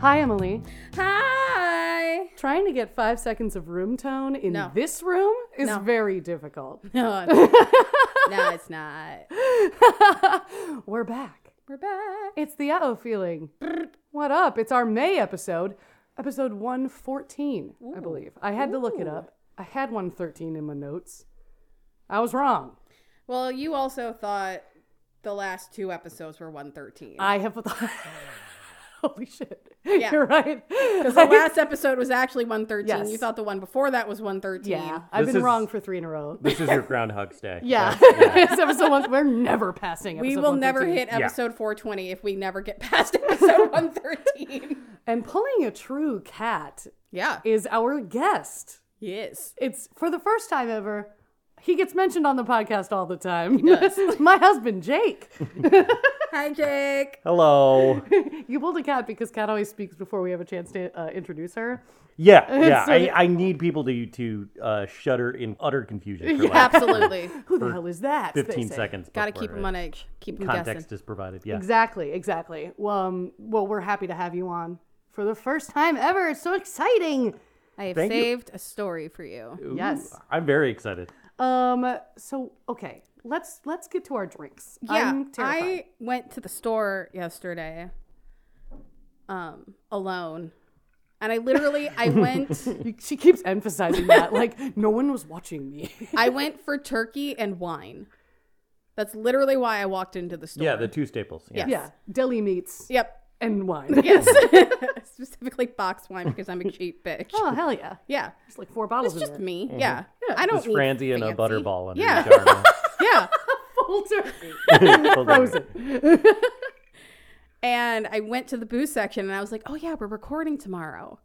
Hi, Emily. Hi. Trying to get five seconds of room tone in No. this room is No. very difficult. No, it's not. no, it's not. We're back. We're back. It's the uh feeling. what up? It's our May episode, episode 114, I believe. I had to look it up. I had 113 in my notes. I was wrong. Well, you also thought the last two episodes were 113. I have. Holy shit. Yeah. You're right. the last episode was actually 113. Yes. You thought the one before that was 113. yeah, I've This been is- wrong for three in a row. This is your Groundhog's Day. Yeah. it's episode one. We're never passing. We episode will never 113. hit episode 420 if we never get past episode 113. And pulling a true cat Yeah. is our guest. Yes. It's for the first time ever. He gets mentioned on the podcast all the time. My husband, Jake. Hi, Jake. Hello. You pulled a cat because Cat always speaks before we have a chance to uh, introduce her. Yeah, yeah. So- I, I need people to to uh, shudder in utter confusion for like Absolutely. Who the hell is that? they fifteen say. seconds. Got to before keep him it- on edge. Keep him Context guessing. is provided. Yeah. Exactly, exactly. Well, um, well, we're happy to have you on for the first time ever. It's so exciting. I have Thank you. saved a story for you. Ooh, Yes. I'm very excited. Um, so okay, let's let's get to our drinks. Yeah, I'm terrified. I went to the store yesterday, um, alone, and I literally I went You- She keeps emphasizing that, like no one was watching me. I went for turkey and wine. That's literally why I walked into the store. Yeah, the two staples. Yeah. Yes. Yeah, deli meats yep. and wine. Yes. Specifically box wine because I'm a cheap bitch. Oh hell yeah! Yeah. It's like four bottles. It's just in there. me. Yeah. I don't Mm-hmm. Just need Franzi and a fancy. butterball under Yeah. the Yeah. full turkey. jar. Frozen. And I went to the booze section and I was like, oh, yeah, we're recording tomorrow.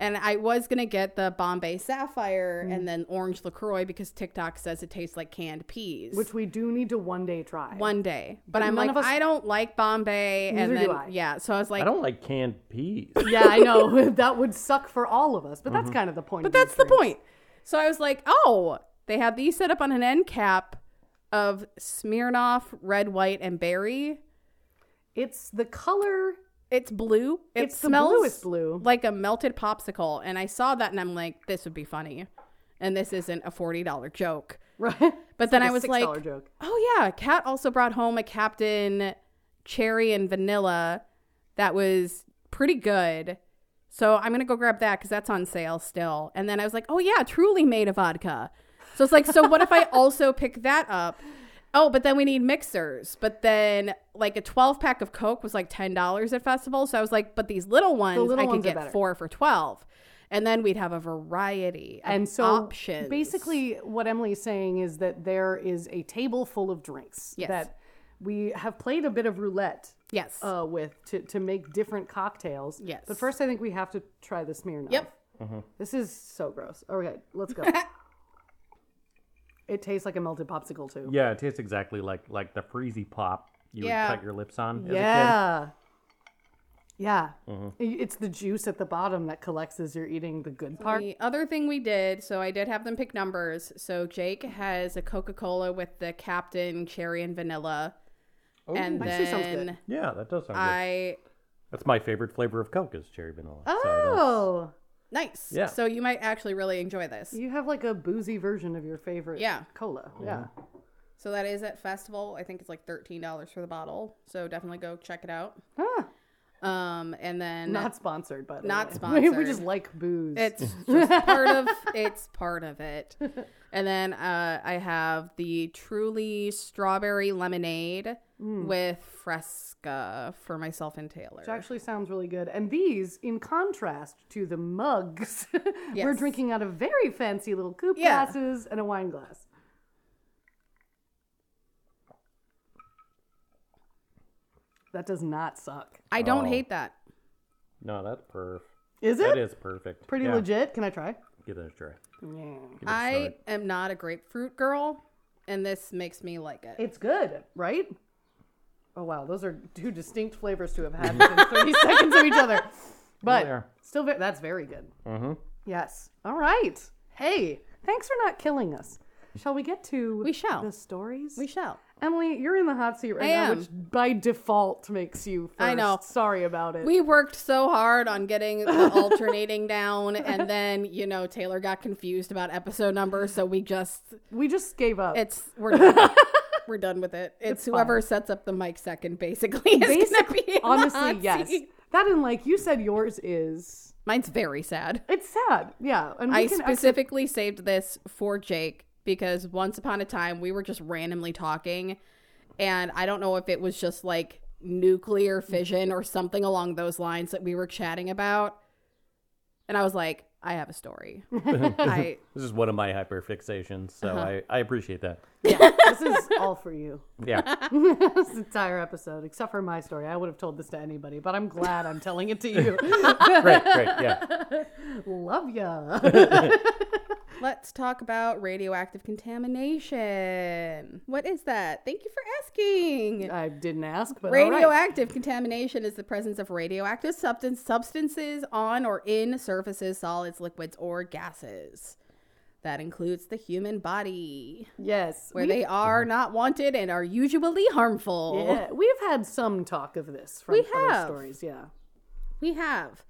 And I was going to get the Bombay Sapphire Mm. and then Orange LaCroix because TikTok says it tastes like canned peas. which we do need to one day try. one day. But, I'm none like, of us- I don't like Bombay. And Neither do then, I. yeah. So I was like, I don't like canned peas. Yeah, I know that would suck for all of us, but that's kind of the point. but that's the point. So I was like, oh, they have these set up on an end cap of Smirnoff, red, white, and berry. It's the color. It's blue. It It's the smells bluest blue. like a melted popsicle. And I saw that and I'm like, this would be funny. And this isn't a $40 joke. Right. But then I I was like, joke. oh yeah, Kat also brought home a Captain Cherry and Vanilla that was pretty good. So I'm going to go grab that because that's on sale still. And then I was like, oh yeah, truly made of vodka. So it's like, so what if I also pick that up? Oh, but then we need mixers. But then like a 12 pack of Coke was like $10 at festival. So I was like, but these little ones, little I ones are could better. get four for 12. And then we'd have a variety of And so options. basically what Emily's saying is that there is a table full of drinks Yes. that we have played a bit of roulette yes. uh, with to, to make different cocktails. Yes. But first I think we have to try the Smirnoff. Yep. This is so gross. Okay, let's go. it tastes like a melted popsicle too. Yeah, it tastes exactly like like the freezy pop you Yeah. would cut your lips on as a Yeah. Yeah. I- It's the juice at the bottom that collects as you're eating the good part. The other thing we did, so I did have them pick numbers. So Jake has a Coca Cola with the Captain Cherry and Vanilla, kid. and Ooh. actually sounds good. then yeah, that does sound good. I That's my favorite flavor of Coke is cherry vanilla. So that's- Oh, nice. Yeah. So you might actually really enjoy this. you have like a boozy version of your favorite Yeah. cola. Yeah. So that is at festival. I think it's like thirteen dollars for the bottle. So definitely go check it out. Huh. Um, and then Not sponsored, but Not We sponsored. just like booze. It's just part of it's part of it. And then uh, I have the truly strawberry lemonade with fresca for myself and Taylor. Which actually sounds really good. And these, in contrast to the mugs, we're Yes. drinking out of very fancy little coupe Yeah. glasses and a wine glass. That does not suck. I don't Oh. hate that. No, that's perf. Is it? That is perfect. Pretty Yeah. legit. Can I try? Give it a try. Yeah. Give it a I shot. am not a grapefruit girl, and this makes me like it. It's good, right? Oh wow, those are two distinct flavors to have had within 30 seconds of each other. But They are. still, ve- that's very good. Mm-hmm. Yes. All right. Hey, thanks for not killing us. Shall we get to We shall. the stories? We shall. Emily, you're in the hot seat right I now, am. which by default makes you first. I know. Sorry about it. We worked so hard on getting the alternating down, and then you know Taylor got confused about episode numbers, so we just we just gave up. it's we're done. we're done with it. It's, whoever sets up the mic second, basically. Is Basically, basically, be in the honestly, hot yes. seat. That and like you said, yours is. Mine's very sad. It's sad. Yeah, and we I can specifically saved this for Jake because once upon a time we were just randomly talking, and I don't know if it was just like nuclear fission or something along those lines that we were chatting about. And I was like, I have a story. I This is one of my hyperfixations, so Uh-huh. I, I appreciate that. this is all for you. Yeah. this entire episode, except for my story, I would have told this to anybody, but I'm glad I'm telling it to you. great, great. Yeah. Love ya. let's talk about radioactive contamination. What is that? Thank you for asking. I didn't ask, but all right. Radioactive contamination is the presence of radioactive substance substances on or in surfaces, solids, liquids, or gases. That includes the human body, Yes, where we- they are not wanted and are usually harmful. Uh-huh. Yeah, we've had some talk of this from We other have. stories. Yeah, We have.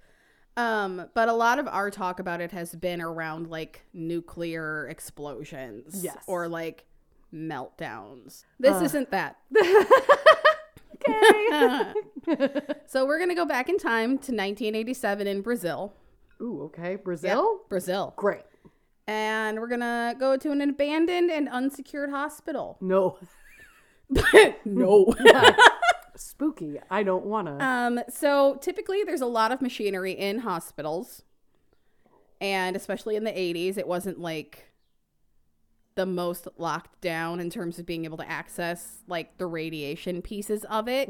Um, but a lot of our talk about it has been around like nuclear explosions Yes. or like meltdowns. This isn't that. so we're going to go back in time to 1987 in Brazil. Ooh, okay. Brazil? Brazil. Great. And we're going to go to an abandoned and unsecured hospital. No. no. Spooky. I don't want to. Um, so typically there's a lot of machinery in hospitals. And especially in the 80s, it wasn't like the most locked down in terms of being able to access like the radiation pieces of it.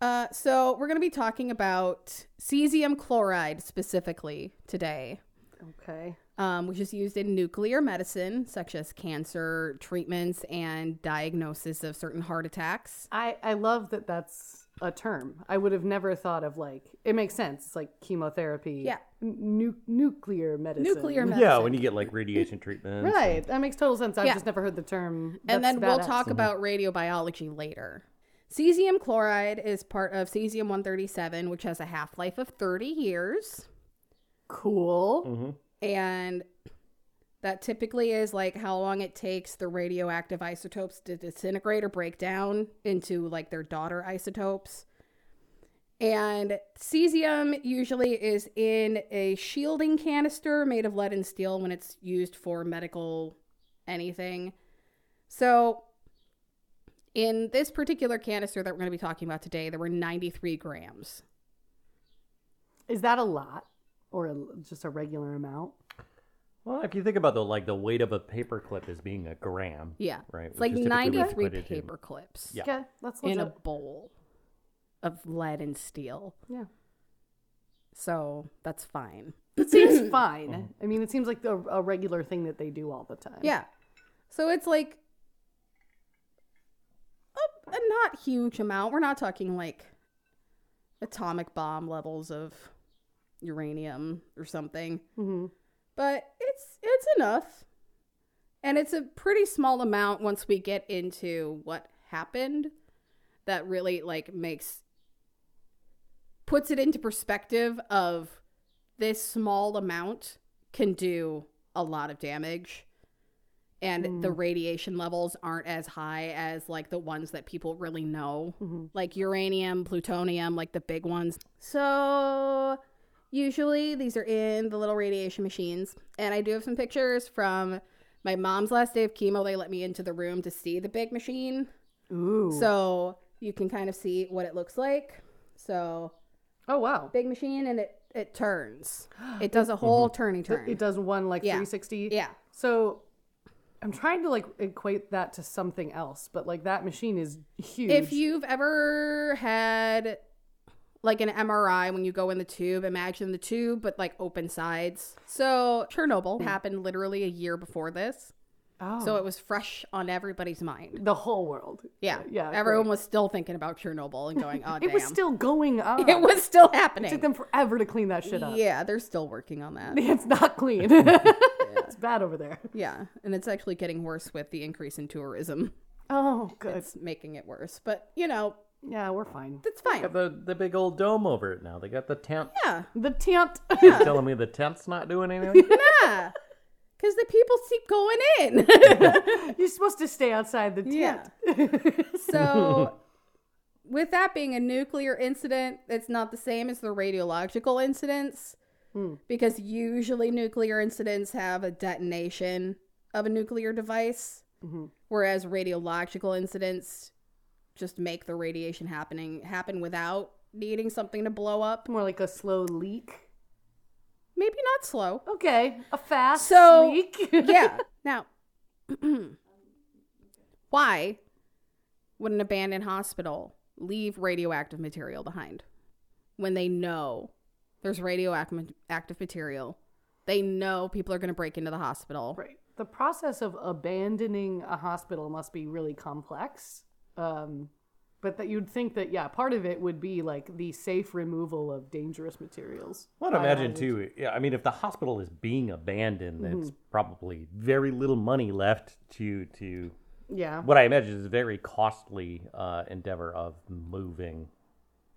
Uh, so we're going to be talking about cesium chloride specifically today okay. um, which is used in nuclear medicine, such as cancer treatments and diagnosis of certain heart attacks. I, I love that that's a term. I would have never thought of like, it makes sense. It's like chemotherapy. Yeah. N- nu- nuclear medicine. Nuclear medicine. Yeah, when you get like radiation treatment. Right. That makes total sense. I've Yeah. just never heard the term. and That's then we'll badass. talk about radiobiology later. Cesium chloride is part of cesium 137, which has a half life of 30 years. Cool. Mm-hmm. And that typically is like how long it takes the radioactive isotopes to disintegrate or break down into like their daughter isotopes. And cesium usually is in a shielding canister made of lead and steel when it's used for medical anything. So, in this particular canister that we're going to be talking about today, there were 93 grams. Is that a lot or a, just a regular amount? Well, if you think about the like the weight of a paperclip as being a gram. Yeah. Right, It's which like is typically what's 93 put it in. paper clips. Yeah. Okay. That's in legit. a bowl of lead and steel. yeah. So that's fine. It seems fine. I mean, it seems like a, a regular thing that they do all the time. Yeah. So it's like a, a not huge amount. We're not talking like atomic bomb levels of uranium or something. hmm but it's it's enough and it's a pretty small amount once we get into what happened that really like makes puts it into perspective of this small amount can do a lot of damage and the radiation levels aren't as high as like the ones that people really know like uranium plutonium like the big ones so Usually, these are in the little radiation machines. And I do have some pictures from my mom's last day of chemo. They let me into the room to see the big machine. Ooh. So you can kind of see what it looks like. So, oh, wow. big machine, and it, it turns. It does a whole turny turn. Mm-hmm. It does one like Yeah. 360. Yeah. So I'm trying to like equate that to something else, but like that machine is huge. If you've ever had like an MRI when you go in the tube, imagine the tube, but like open sides. So, Chernobyl happened literally a year before this. Mm. oh, So it was fresh on everybody's mind. the whole world. Yeah. Uh, Yeah, Everyone was still thinking about Chernobyl and going, oh, It damn. was still going on. it was still It took happening. them forever to clean that shit up. Yeah, they're still working on that. It's not clean. it's bad over there. Yeah, and it's actually getting worse with the increase in tourism. Oh, good. It's making it worse, but you know yeah, we're fine. that's fine. Got the, the big old dome over it now. They got the tent. Yeah, The tempt. You're telling me the tent's not doing anything? yeah, because the people keep going in. You're supposed to stay outside the tent. yeah. So, with that being a nuclear incident, it's not the same as the radiological incidents because usually nuclear incidents have a detonation of a nuclear device, whereas radiological incidents just make the radiation happening happen without needing something to blow up. More like a slow leak. Maybe not slow. Okay, a fast So- leak. yeah. Now, why would an abandoned hospital leave radioactive material behind when they know there's radioactive active material? They know people are going to break into the hospital. Right. The process of abandoning a hospital must be really complex. Um, but that you'd think that, yeah, part of it would be like the safe removal of dangerous materials. Well, I'd imagine too. Yeah, I mean, if the hospital is being abandoned, Mm-hmm. it's probably very little money left to to Yeah. what I imagine is a very costly uh, endeavor of moving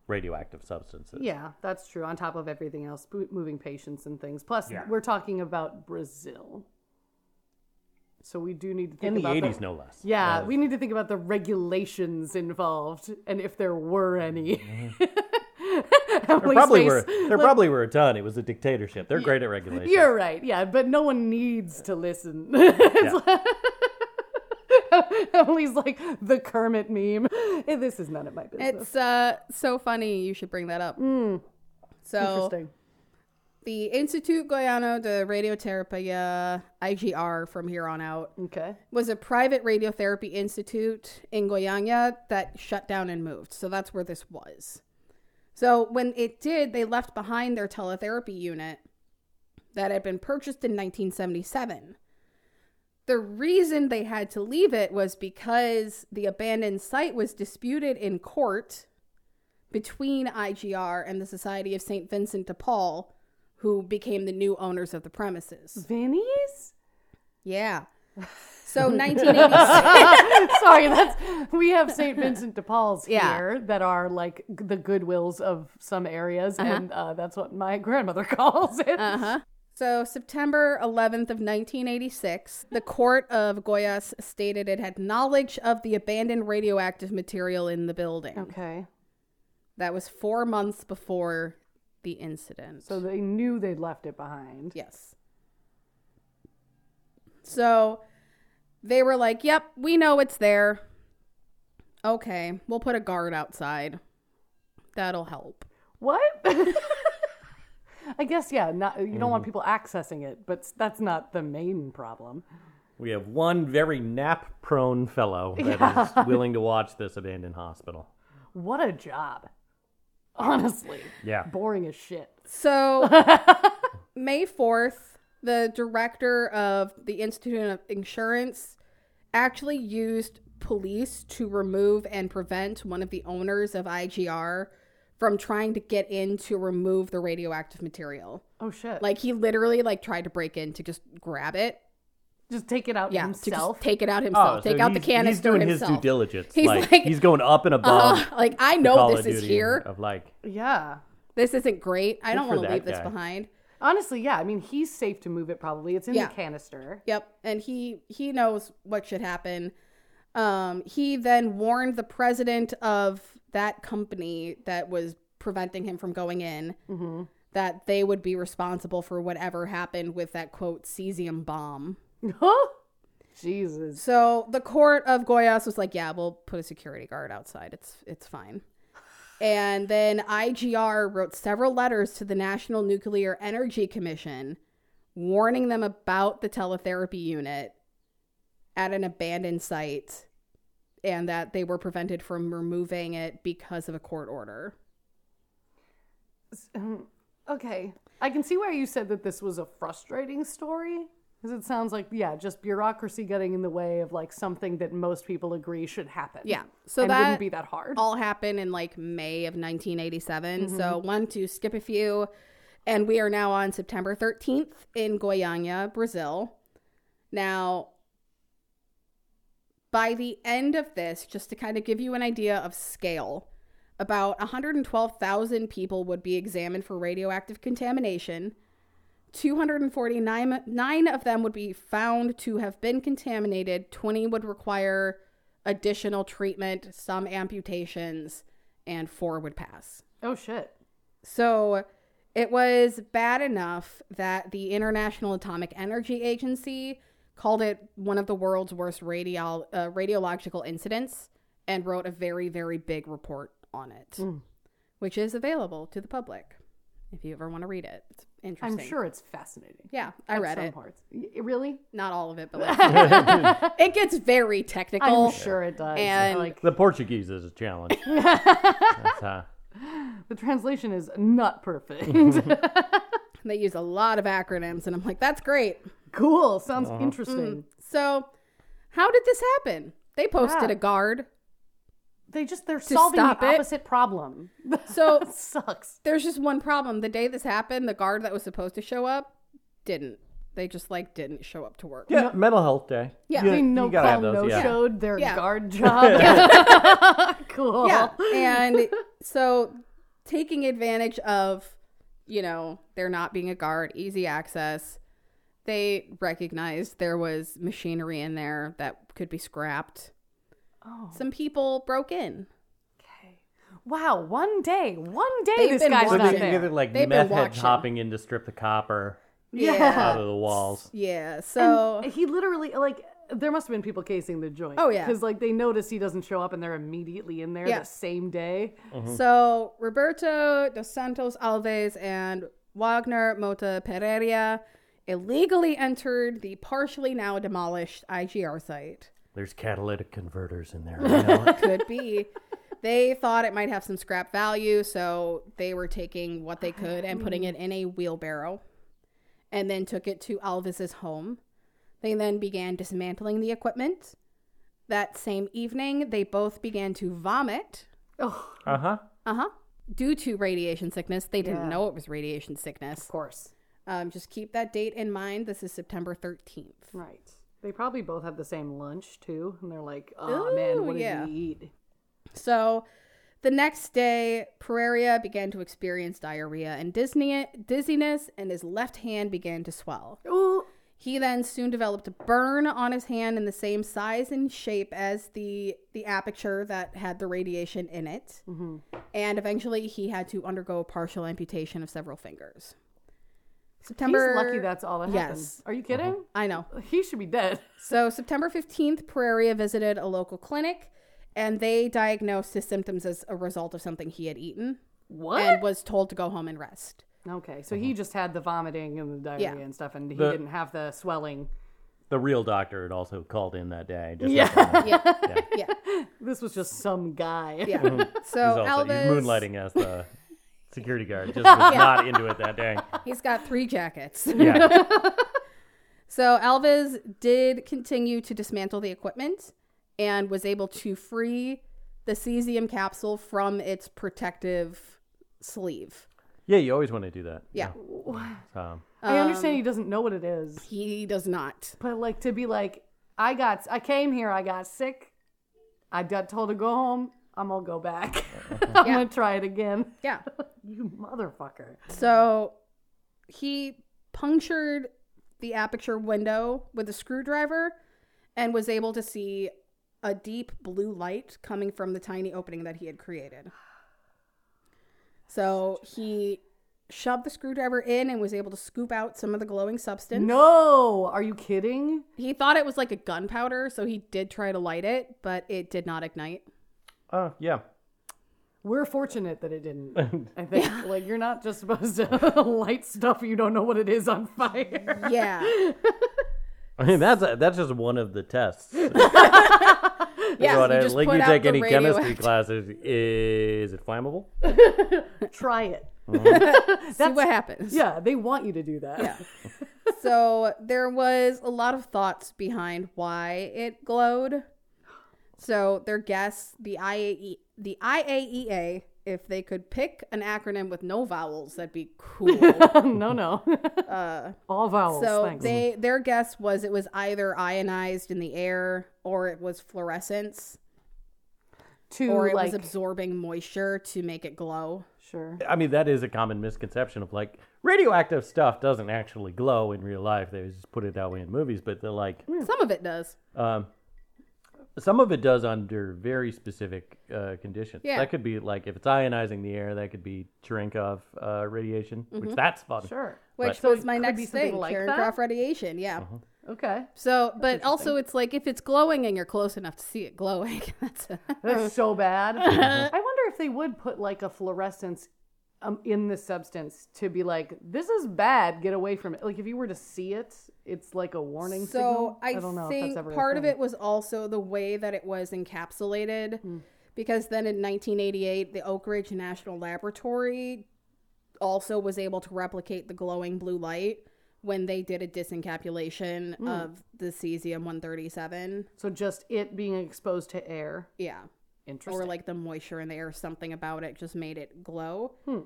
radioactive substances. Yeah, that's true. On top of everything else, bo- moving patients and things. Plus, Yeah. we're talking about Brazil. So we do need to think In the about eighties, no less. Yeah, Uh, we need to think about the regulations involved and if there were any. there Emily's probably face- were Mm-hmm. there probably were a ton. It was a dictatorship. They're great at regulation. You're right. Yeah, but no one needs to listen. It's like- Emily's like the Kermit meme. Eh, This is none of my business. It's uh, so funny you should bring that up. So, Hmm. Interesting. the Institute Goiano de Radioterapia, IGR from here on out, Okay. was a private radiotherapy institute in Goiânia that shut down and moved. So that's where this was. So when it did, they left behind their teletherapy unit that had been purchased in 1977. The reason they had to leave it was because the abandoned site was disputed in court between IGR and the Society of St. Vincent de Paul, who became the new owners of the premises. Vinny's? Yeah. So 1986. Sorry, that's we have St. Vincent de Paul's Yeah. here that are like g- the goodwills of some areas, Uh-huh. and uh, that's what my grandmother calls it. So September 11th of 1986, the court of Goyas stated it had knowledge of the abandoned radioactive material in the building. Okay, That was 4 months before the incident. so they knew they'd left it behind. Yes. So they were like, yep, we know it's there. Okay, we'll put a guard outside. That'll help. What? I guess yeah. Not you don't want people accessing it, but s- that's not the main problem. We have one very nap-prone fellow that is willing to watch this abandoned hospital. What a job, honestly. Yeah. Boring as shit. So, May 4th, the director of the Institute of Insurance actually used police to remove and prevent one of the owners of IGR from trying to get in to remove the radioactive material. Oh shit! Like Like he literally like tried to break in to just grab it. just take it out Yeah, himself. to just take it out himself. Oh, so take out the he's- canister He's doing himself. his due diligence. He's like, like, he's going up and above. uh, like I the know Call this of is Duty here. Of like, yeah. This isn't great. I don't for want to that leave this guy. behind. Honestly, yeah. I mean, he's safe to move it. Probably it's in Yeah. the canister. Yep, and he he knows what should happen. Um, he then warned the president of that company that was preventing him from going in that they would be responsible for whatever happened with that quote cesium bomb. Huh? Jesus. So the court of Goyas was like, "Yeah, we'll put a security guard outside. It's it's fine." And then IGR wrote several letters to the National Nuclear Energy Commission, warning them about the teletherapy unit at an abandoned site, and that they were prevented from removing it because of a court order. Okay. I can see why you said that this was a frustrating story. Because it sounds like, yeah, just bureaucracy getting in the way of like something that most people agree should happen. Yeah, so and that- wouldn't be that hard. all happened in like May of 1987. So one to skip a few, and we are now on September 13th in Goiânia, Brazil. Now, by the end of this, just to kind of give you an idea of scale, about 112,000 people would be examined for radioactive contamination. 249 nine of them would be found to have been contaminated. 20 would require additional treatment, some amputations, and four would pass. Oh shit. So it was bad enough that the International Atomic Energy Agency called it one of the world's worst radio- uh, radiological incidents and wrote a very, very big report on it, Hmm. which is available to the public if you ever want to read it. It's interesting. I'm sure it's fascinating. Yeah, I At read some it. parts. Y- Really? Not all of it, but like- it gets very technical. I'm sure it does. Oh. And- like The Portuguese is a challenge. That's, uh, the translation is not perfect. They use a lot of acronyms, and I'm like, that's great. cool. Sounds Uh-huh. Mm. interesting. So, how did this happen? They posted Yeah. a guard. They just they're solving the stop it. opposite problem. So, that sucks. there's just one problem. The day this happened, the guard that was supposed to show up didn't. They just like didn't show up to work. yeah, mental health day. Yeah. You- They you no gotta have call, those, no yeah. showed their Yeah. guard job. cool. Yeah. And so taking advantage of, you know, there not being a guard, easy access, they recognized there was machinery in there that could be scrapped. Oh. Some people broke in. Okay. Wow. One day. One day They've this been guy's So watching. not they They've there. they're like been meth heads watching. hopping in to strip the copper out of the walls. Yeah. So He literally like there must have been people casing the joint. Oh, yeah. because like they notice he doesn't show up and they're immediately in there Yeah. the same day. So Roberto dos Santos Alves and Wagner Mota Pereira illegally entered the partially now demolished IGR site. There's catalytic converters in there. You know it. Could be. they thought it might have some scrap value, so they were taking what they could and putting it in a wheelbarrow and then took it to Alves's home. They then began dismantling the equipment. That same evening, they both began to vomit Oh, Uh huh. uh huh. Due to radiation sickness, they didn't Yeah. know it was radiation sickness. of course. Um, just keep that date in mind. This is September 13th. Right. They probably both had the same lunch too, and they're like, "Oh man, what did yeah. we eat?" So the next day, Pereira began to experience diarrhea and Disney- dizziness, and his left hand began to swell. Ooh, He then soon developed a burn on his hand in the same size and shape as the the aperture that had the radiation in it. Mm-hmm. And eventually he had to undergo a partial amputation of several fingers. September he's lucky that's all that happened. Yes. Are you kidding? I know. He should be dead. So, September 15th, Prairia visited a local clinic and they diagnosed his symptoms as a result of something he had eaten What? and was told to go home and rest. okay, so he just had the vomiting and the diarrhea Yeah. and stuff, and he The- didn't have the swelling. The real doctor had also called in that day. Just Yeah. like, uh, Yeah. Yeah. Yeah. This was just some guy. Yeah. So, he's, also, he's Alves, moonlighting as the security guard. Just was not into it that day. he's got three jackets. Yeah. So Alves did continue to dismantle the equipment and was able to free the cesium capsule from its protective sleeve. Yeah, you always want to do that. Yeah. Um, So, I understand he doesn't know what it is, He does not. but like to be like, I got, I came here, I got sick, I got told to go home. I'm gonna go back. I'm gonna try it again. Yeah. You motherfucker. So he punctured the aperture window with a screwdriver and was able to see a deep blue light coming from the tiny opening that he had created. So he shoved the screwdriver in and was able to scoop out some of the glowing substance. No, are you kidding? He thought it was like a gunpowder, so he did try to light it, but it did not ignite. uh, yeah. We're fortunate that it didn't. I think like you're not just supposed to light stuff you don't know what it is on fire. Yeah. I mean, that's a, that's just one of the tests. yeah. But you I just like put you out take the any chemistry radioact- classes, is it flammable? Try it. See what happens. Yeah, they want you to do that. Yeah. so there was a lot of thoughts behind why it E, glowed. So their guess, the IAE, the IAEA E if they could pick an acronym with no vowels, that'd be cool. no, no. All vowels. so thanks. they their guess was it was either ionized in the air or it was fluorescence to or it like was absorbing moisture to make it glow. sure. I mean, that is a common misconception of like radioactive stuff doesn't actually glow in real life. They just put it that way in movies, but they're like Hmm. Some of it does. um, some of it does under very specific uh, conditions. Yeah. That could be like if it's ionizing the air, that could be Cherenkov uh, radiation, which that's fun. Mm-hmm. Sure. Which So was it my could next be something thing, like Karen that? Croft radiation, yeah. Okay. So, but also it's like if it's glowing and you're close enough to see it glowing, that's a, That's so bad. Uh-huh. I wonder if they would put like a fluorescence um, in this substance to be like, this is bad, get away from it. Like if you were to see it, it's like a warning So signal. I, don't know if think that's ever a part of thing. it was also the way that it was encapsulated, because then in 1988, the Oak Ridge National Laboratory also was able to replicate the glowing blue light when they did a disencapsulation of the cesium 137. So just it being exposed to air. Yeah, Interesting. or like the moisture in the air, something about it just made it glow. Hmm.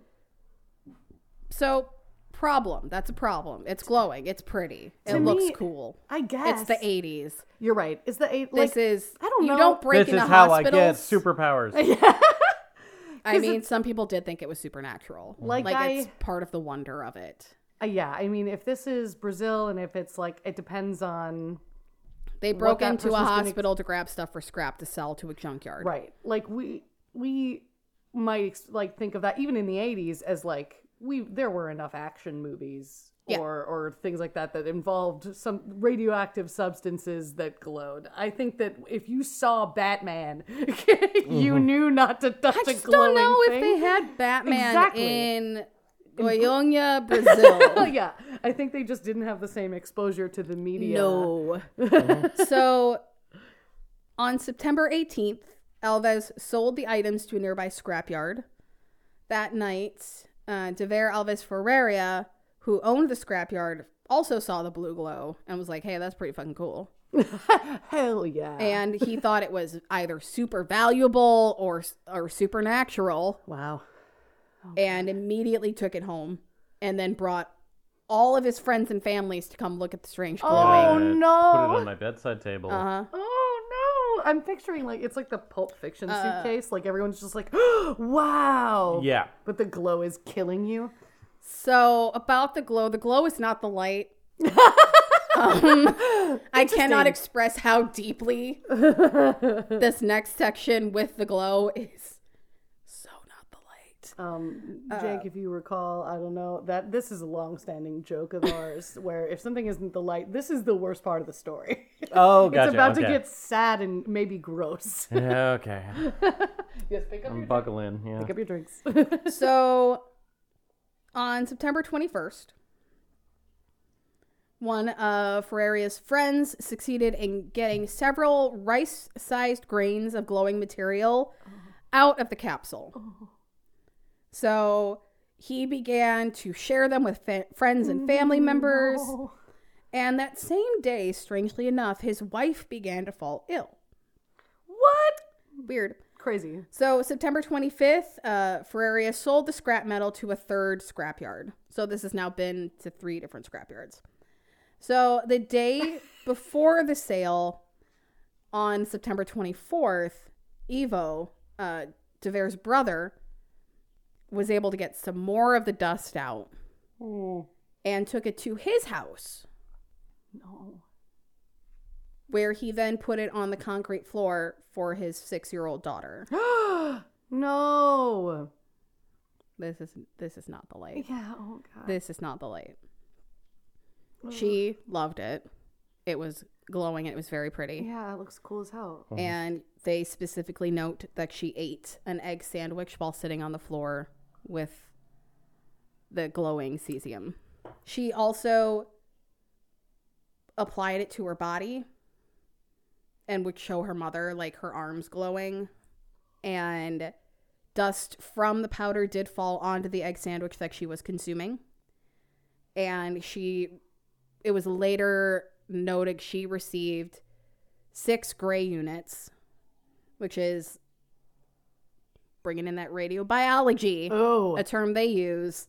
So problem, that's a problem. It's glowing. It's pretty. it me, looks cool. I guess It's the 80s. You're right. It's the eight. This like, is I don't know. You don't break This into is how I hospitals. get superpowers. I mean, some people did think it was supernatural. Like it's I- part of the wonder of it. Uh, yeah, I mean, if this is Brazil and if it's like, it depends on They broke that into a person's gonna- hospital to grab stuff for scrap to sell to a junkyard. Right. Like we we might ex- like think of that even in the 80s as like we there were enough action movies Yeah. or or things like that that involved some radioactive substances that glowed. I think that if you saw Batman, you knew not to touch I a just glowing don't thing. know if they had Batman Exactly. in Goiânia, Brazil. yeah, I think they just didn't have the same exposure to the media. no. so, on September 18th, Alves sold the items to a nearby scrapyard. That night, uh, De Vere Alves Ferreira, who owned the scrapyard, also saw the blue glow and was like, hey, that's pretty fucking cool. Hell yeah. and he thought it was either super valuable or or supernatural wow. and immediately took it home and then brought all of his friends and families to come look at the strange glowing. Oh, Uh, no. Put it on my bedside table. Uh-huh. Oh no! I'm picturing like it's like the Pulp Fiction Uh. suitcase. Like everyone's just like, "Wow!" Yeah. but the glow is killing you. So about the glow, the glow is not the light. Um, I cannot express how deeply this next section with the glow is so not the light. Um, Jake, if you recall, I don't know that this is a long-standing joke of ours, where if something isn't the light, this is the worst part of the story. Oh, gotcha. it's about okay. to get sad and maybe gross. Yeah, okay. yes, pick up, your, Buckle in. Yeah. pick up your drinks. So on September 21st, one of Ferraria's friends succeeded in getting several rice sized grains of glowing material out of the capsule. So he began to share them with fa- friends and family members. And that same day, strangely enough, his wife began to fall ill. what? Weird. Crazy. So September 25th, uh, Ferraria sold the scrap metal to a third scrapyard. So this has now been to three different scrapyards. So the day before the sale, on September 24th, Evo, uh, De Vere's brother, was able to get some more of the dust out Oh. and took it to his house No. where he then put it on the concrete floor for his six-year-old daughter. no. This is this is not the light. Yeah. Oh god. this is not the light. She loved it. It was glowing and it was very pretty. Yeah, it looks cool as hell. And they specifically note that she ate an egg sandwich while sitting on the floor with the glowing cesium. She also applied it to her body and would show her mother like her arms glowing and dust from the powder did fall onto the egg sandwich that she was consuming and she it was later noted she received six gray units which is bringing in that radiobiology, Oh. a term they use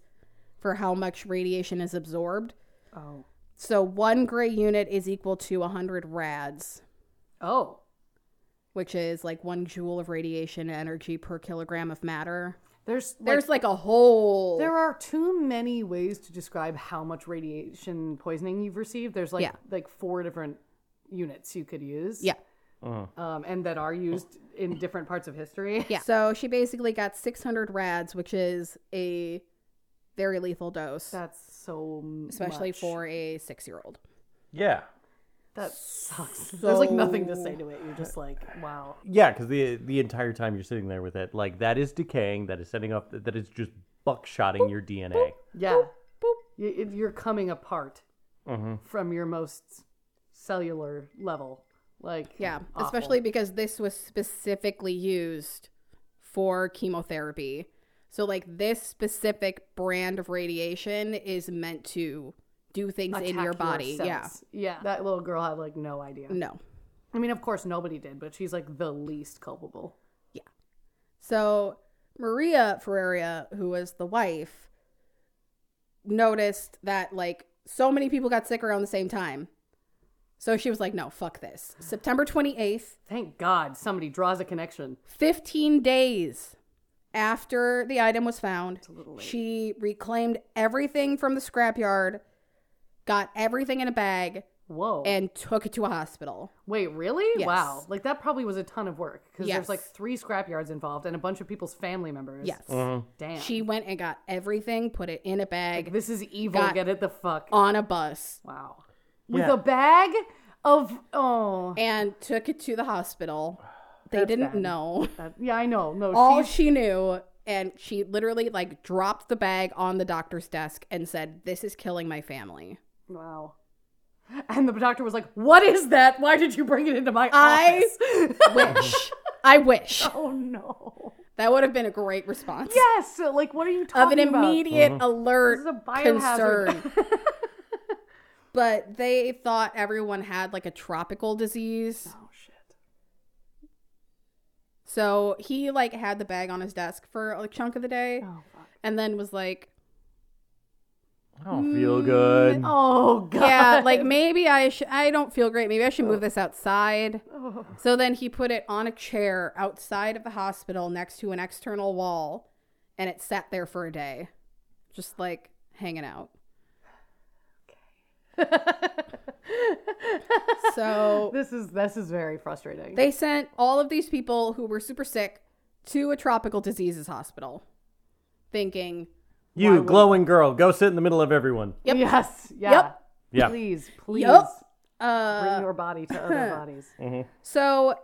for how much radiation is absorbed. Oh. So one gray unit is equal to 100 rads, Oh. which is like one joule of radiation energy per kilogram of matter. There's there's There's like a whole. there are too many ways to describe how much radiation poisoning you've received. There's like Yeah. like four different units you could use. yeah. Mm. Um, and that are used in different parts of history. Yeah. So she basically got 600 rads, which is a very lethal dose, That's so m- especially much. for a six year old. Yeah. that sucks. There's like nothing to say So- to it. You're just like, wow. Yeah, because the the entire time you're sitting there with it, like that is decaying, that is setting up, that is just buckshotting your DNA. Yeah. You, if you're coming apart from your most cellular level. Like Yeah. awful. Especially because this was specifically used for chemotherapy. So, like, this specific brand of radiation is meant to do things in Attack your body. Yeah. Mm. cells. Yeah. That little girl had like no idea. No. I mean, of course nobody did, but she's like the least culpable. So Maria Ferreria, who was the wife, noticed that like so many people got sick around the same time. So she was like, no, fuck this. September 28th, Thank God somebody draws a connection. 15 days after the item was found, she reclaimed everything from the scrapyard, got everything in a bag, Whoa. and took it to a hospital. Wait, really? Yes. Wow. Like that probably was a ton of work because Yes. there's like three scrapyards involved and a bunch of people's family members. Yes. Damn. She went and got everything, put it in a bag, this is evil. Got- Get it the fuck. on a bus, Wow. With Yeah. a bag of oh. and took it to the hospital. They didn't know. That- yeah, I know. No, All she. she knew, and she literally like dropped the bag on the doctor's desk and said, "This is killing my family." Wow. And the doctor was like, "What is that? Why did you bring it into my I- office?" Wish. I wish oh no. that would have been a great response Yes. so, Like, what are you of an talking about? immediate This is a alert biohazard. concern. but they thought everyone had like a tropical disease. oh shit. So he like had the bag on his desk for a chunk of the day Oh fuck. and then was like, I don't feel good. Oh god. yeah, like maybe I sh- I don't feel great. Maybe I should move this outside. Oh. So then he put it on a chair outside of the hospital next to an external wall and it sat there for a day. Just like hanging out. so This is this is very frustrating. they sent all of these people who were super sick to a tropical diseases hospital thinking You glowing girl, go sit in the middle of everyone. Yep. Yes. Yeah. Yep. Yeah. Please, please uh bring your body to other bodies. So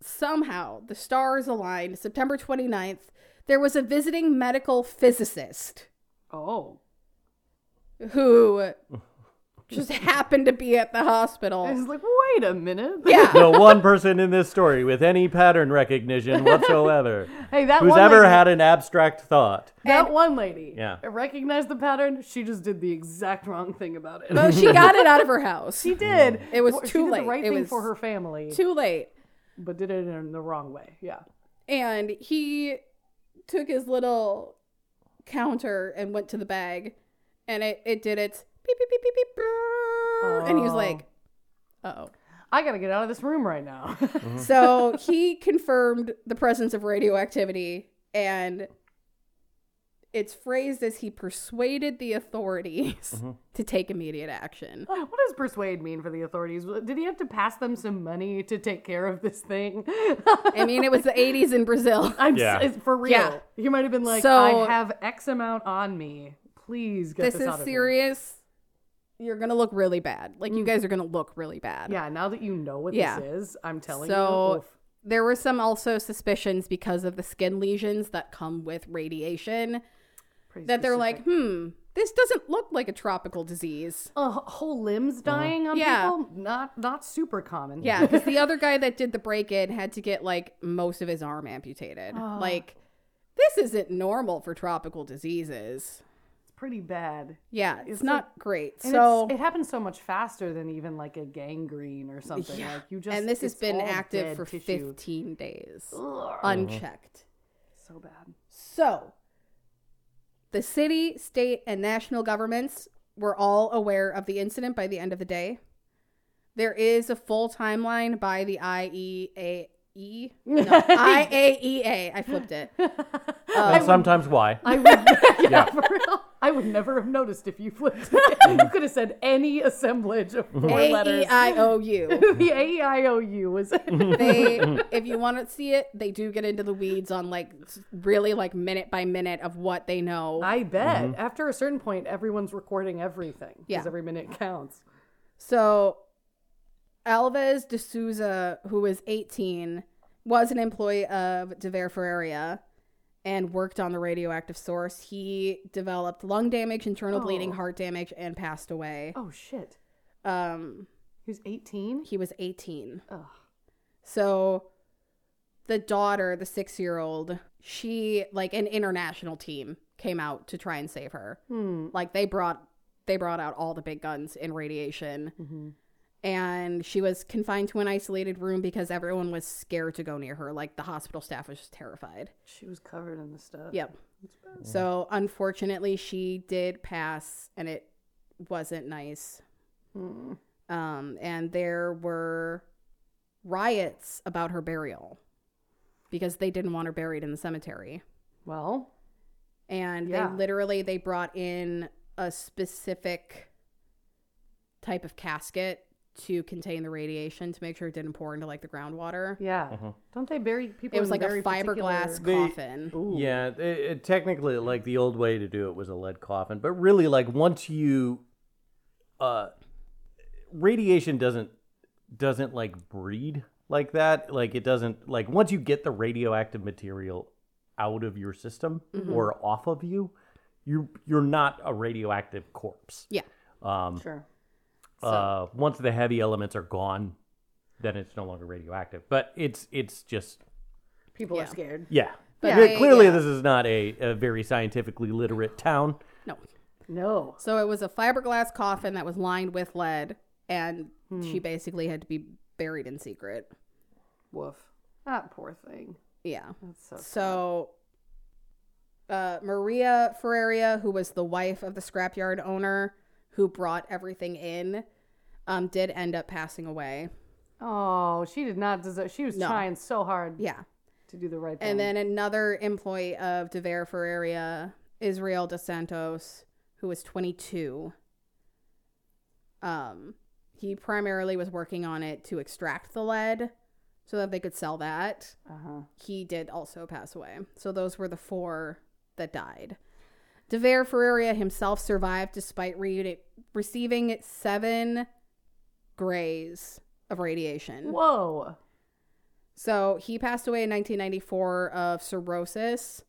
somehow the stars aligned. September 29th, there was a visiting medical physicist Oh. who just happened to be at the hospital. It's like, wait a minute. Yeah. The one person in this story with any pattern recognition whatsoever Hey, that who's one ever lady, had an abstract thought. that one lady. Yeah. Recognized the pattern. She just did the exact wrong thing about it. So she got it out of her house. she did. It was she too did late. The right It thing was for her family, Too late. but did it in the wrong way. Yeah. And he took his little counter and went to the bag and it, it did its beep beep beep beep beep brrr, and he was Oh. like, oh. I gotta get out of this room right now. So he confirmed the presence of radioactivity, and it's phrased as he persuaded the authorities to take immediate action. what does persuade mean for the authorities? Did he have to pass them some money to take care of this thing? I mean, it was the 80s in Brazil. I'm Yeah. s- for real. Yeah. He might have been like, So- I have X amount on me. Please get This this, is out of here." serious. You're going to look really bad. Like, you guys are going to look really bad. Yeah, now that you know what Yeah. this is, I'm telling you. So oof. there were some also suspicions because of the skin lesions that come with radiation Pretty that they're specific. like, hmm, this doesn't look like a tropical disease. uh, whole limbs dying on Yeah. people. Not not super common. Yeah, because the other guy that did the break in had to get like most of his arm amputated. Oh. Like, this isn't normal for tropical diseases. it's pretty bad. Yeah, it's, not great. And So, it's, it happens so much faster than even like a gangrene or something. Like you just and this has it's been all active dead for tissue. 15 days, Ugh. unchecked. So bad. So, the city, state, and national governments were all aware of the incident by the end of the day. There is a full timeline by the IEAE. E. No, IAEA. I flipped it. Um, And sometimes why? I would, yeah, Yeah. for real. I would never have noticed if you flipped it. you could have said any assemblage of E four letters. AEIOU. The E AEIOU was Mm-hmm. They, if you want to see it, they do get into the weeds on like s- really like minute by minute of what they know. I bet. Mm-hmm. After a certain point, everyone's recording everything because Yeah. every minute counts. So Alves de Souza, who was 18, was an employee of De Vere Ferreira and worked on the radioactive source. He developed lung damage, internal bleeding, heart damage, and passed away. Oh shit! Um, He was eighteen. he was 18. Ugh. So the daughter, the six year old, she like an international team came out to try and save her. Like they brought they brought out all the big guns in radiation. And she was confined to an isolated room because everyone was scared to go near her. Like the hospital staff was just terrified. She was covered in the stuff. Yep. So unfortunately, she did pass, and it wasn't nice. Hmm. Um, and there were riots about her burial because they didn't want her buried in the cemetery. Well, And Yeah. they literally they brought in a specific type of casket to contain the radiation to make sure it didn't pour into like the groundwater. yeah. Mm-hmm. Don't they bury people? It was in like a very fiberglass particular- They- coffin. Yeah, it, it, technically, like the old way to do it was a lead coffin, but really, like once you, uh, radiation doesn't doesn't like breed like that. Like it doesn't like once you get the radioactive material out of your system or off of you, you you're not a radioactive corpse. Yeah. Um, Sure. uh, once the heavy elements are gone, then it's no longer radioactive. But it's it's just People are Yeah. scared. yeah. But Cle- I- clearly, yeah. this is not a, a very scientifically literate town. No. No. So it was a fiberglass coffin that was lined with lead, and Hmm. she basically had to be buried in secret. Woof. That poor thing. Yeah. That's so. So uh, Maria Ferreria, who was the wife of the scrapyard owner who brought everything in, um, did end up passing away. Oh, she did not deserve. She was No. trying so hard Yeah. to do the right thing. And then another employee of De Vera Ferreria, Israel De Santos, who was 22. Um, he primarily was working on it to extract the lead so that they could sell that. uh-huh. He did also pass away. So those were the four that died. De Vera Ferreria himself survived despite re- receiving seven grays of radiation. Whoa. So he passed away in 1994 of cirrhosis,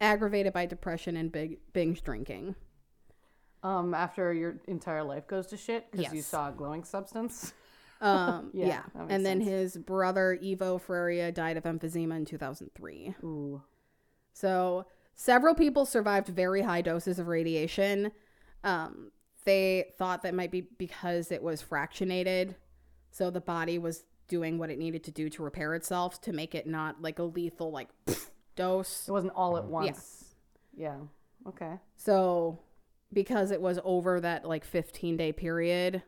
aggravated by depression and big binge drinking. Um, after your entire life goes to shit because you Yes. saw a glowing substance. Um, Yeah, yeah, that makes and then sense. his brother Evo Ferreria died of emphysema in 2003. Ooh. So several people survived very high doses of radiation. Um, they thought that might be because it was fractionated, so the body was doing what it needed to do to repair itself to make it not like a lethal like dose. It wasn't all at once. Yeah. Okay. So, because it was over that like 15 day period,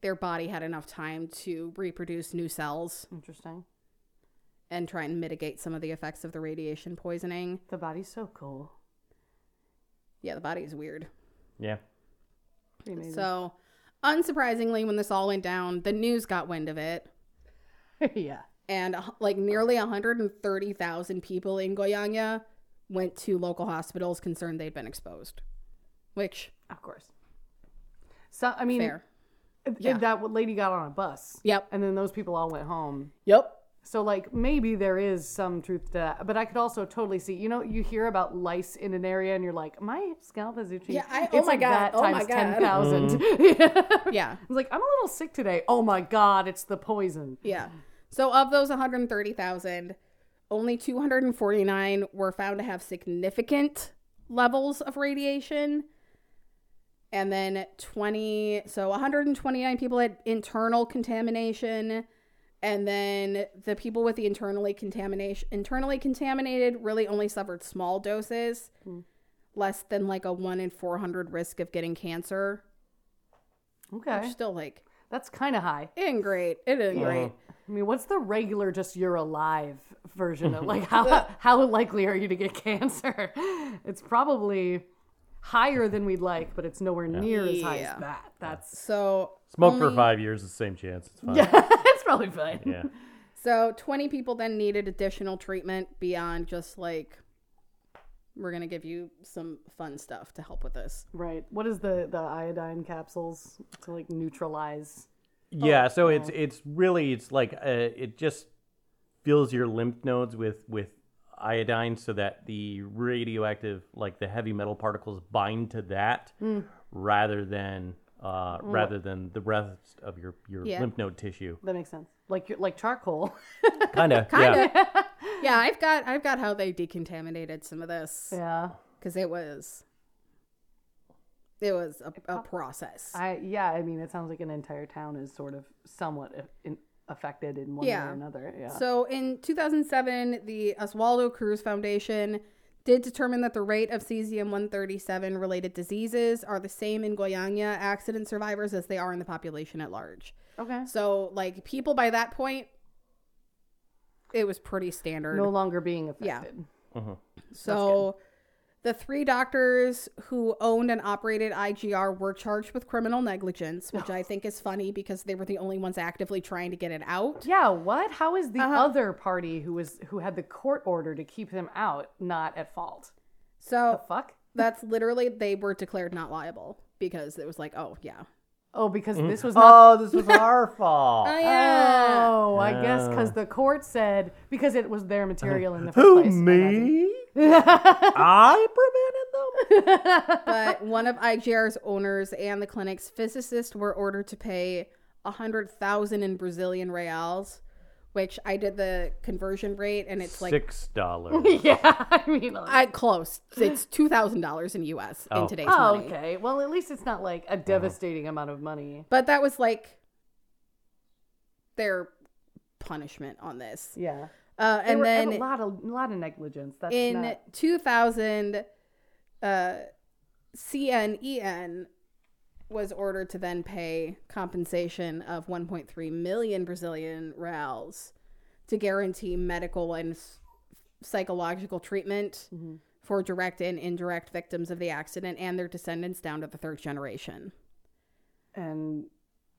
their body had enough time to reproduce new cells Interesting. and try and mitigate some of the effects of the radiation poisoning. The body's so cool. Yeah, the body is weird. Yeah. Pretty amazing. So, unsurprisingly, when this all went down, the news got wind of it. yeah. And uh, like nearly 130,000 people in Goiânia went to local hospitals concerned they'd been exposed. Which, Of course. So I mean, fair. th- Yeah. that lady got on a bus. Yep. And then those people all went home. Yep. So like maybe there is some truth to that, but I could also totally see. You know, you hear about lice in an area, and you're like, my scalp is itchy. Yeah, I- it's oh my like God, that oh my times God. ten thousand. Yeah. I was like, I'm a little sick today. Oh my god, it's the poison. Yeah. So of those 130,000, only 249 were found to have significant levels of radiation. And then 20, so 129 people had internal contamination and then the people with the internally contamination internally contaminated really only suffered small doses less than like a 1 in 400 risk of getting cancer Okay. which still like That's kind of high. it ain't great it ain't great I mean, what's the regular just you're alive version of like how how likely are you to get cancer? It's probably higher than we'd like, but it's nowhere near as high Yeah. as that. That's so Smoke for only- five years, the same chance. It's fine. it's probably fine. yeah. So 20 people then needed additional treatment beyond just like we're going to give you some fun stuff to help with this. Right. What is the the iodine capsules to like neutralize? Yeah, Oh. so it's it's really it's like uh, it just fills your lymph nodes with with iodine so that the radioactive like the heavy metal particles bind to that Hmm. rather than uh, rather than the rest of your your Yeah. lymph node tissue. That makes sense. Like you're like charcoal. Kind of. yeah. Yeah, I've got I've got how they decontaminated some of this yeah. cuz it was it was a, a process. I yeah. I mean, it sounds like an entire town is sort of somewhat a- in, affected in one way Yeah. or another. Yeah. So in 2007, the Oswaldo Cruz Foundation did determine that the rate of cesium 137 related diseases are the same in Goiânia accident survivors as they are in the population at large. okay. So like people by that point, it was pretty standard. No longer being Yeah. affected. Mm-hmm. so the three doctors who owned and operated IGR were charged with criminal negligence, which I think is funny because they were the only ones actively trying to get it out. Yeah, what? How is the other party who was who had the court order to keep him out not at fault? So Fuck. that's literally they were declared not liable because it was like, oh yeah. Oh, because this was Mm. not. Oh, this was our fault. Oh, I guess because the court said because it was their material in the first Who place. I imagine. me? I prevented them. but one of IGR's owners and the clinic's physicist were ordered to pay a hundred thousand in Brazilian reals, which I did the conversion rate, and it's like Six dollars. Yeah, I mean. like- I close. It's two thousand dollars in U.S. in today's oh, money. okay. Well, at least it's not like a devastating amount of money. But that was like their punishment on this. Yeah, Uh, They and were- then a lot of lot of negligence. That's in not, 2000 uh cnen was ordered to then pay compensation of 1.3 million brazilian reals to guarantee medical and s- psychological treatment Mm-hmm. for direct and indirect victims of the accident and their descendants down to the third generation and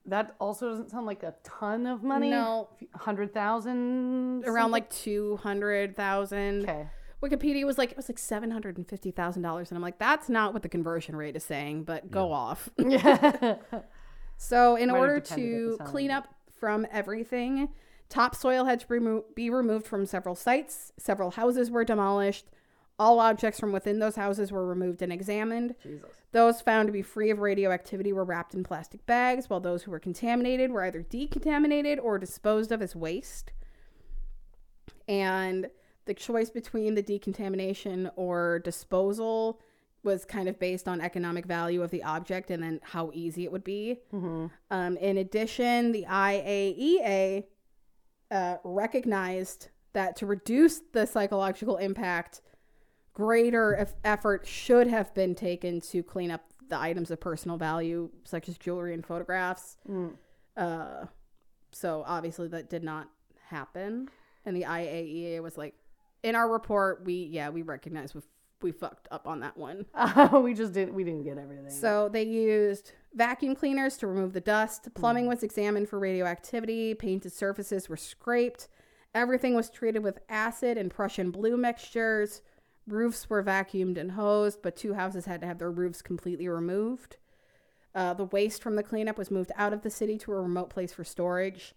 that also doesn't sound like a ton of money. No. hundred thousand around like 200000 Okay. wikipedia was like it was like $750000 and i'm like that's not what the conversion rate is saying but go off Yeah. So, in have depended order at the to time, clean up from everything, topsoil had to remo- be removed from several sites. Several houses were demolished. All objects from within those houses were removed and examined. Those found to be free of radioactivity were wrapped in plastic bags, while those who were contaminated were either decontaminated or disposed of as waste. And the choice between the decontamination or disposal was kind of based on economic value of the object and then how easy it would be. Um, in addition, the IAEA uh, recognized that to reduce the psychological impact, greater eff- effort should have been taken to clean up the items of personal value, such as jewelry and photographs. Uh, so obviously, that did not happen. And the IAEA was like, in our report, we, yeah, we recognize we, we fucked up on that one. Uh, we just didn't. We didn't get everything. So they used vacuum cleaners to remove the dust. Plumbing was examined for radioactivity. Painted surfaces were scraped. Everything was treated with acid and Prussian blue mixtures. Roofs were vacuumed and hosed, but two houses had to have their roofs completely removed. Uh, the waste from the cleanup was moved out of the city to a remote place for storage.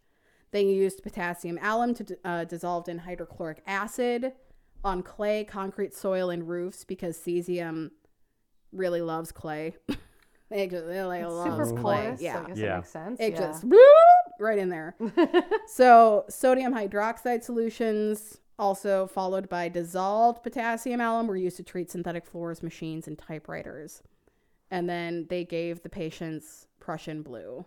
They used potassium alum to d- uh, dissolved in hydrochloric acid on clay, concrete, soil, and roofs because cesium really loves clay. it just really super loves clay. porous. Yeah, I guess Yeah. that makes sense. it yeah. just right in there. so sodium hydroxide solutions, also followed by dissolved potassium alum, were used to treat synthetic floors, machines, and typewriters. And then they gave the patients Prussian blue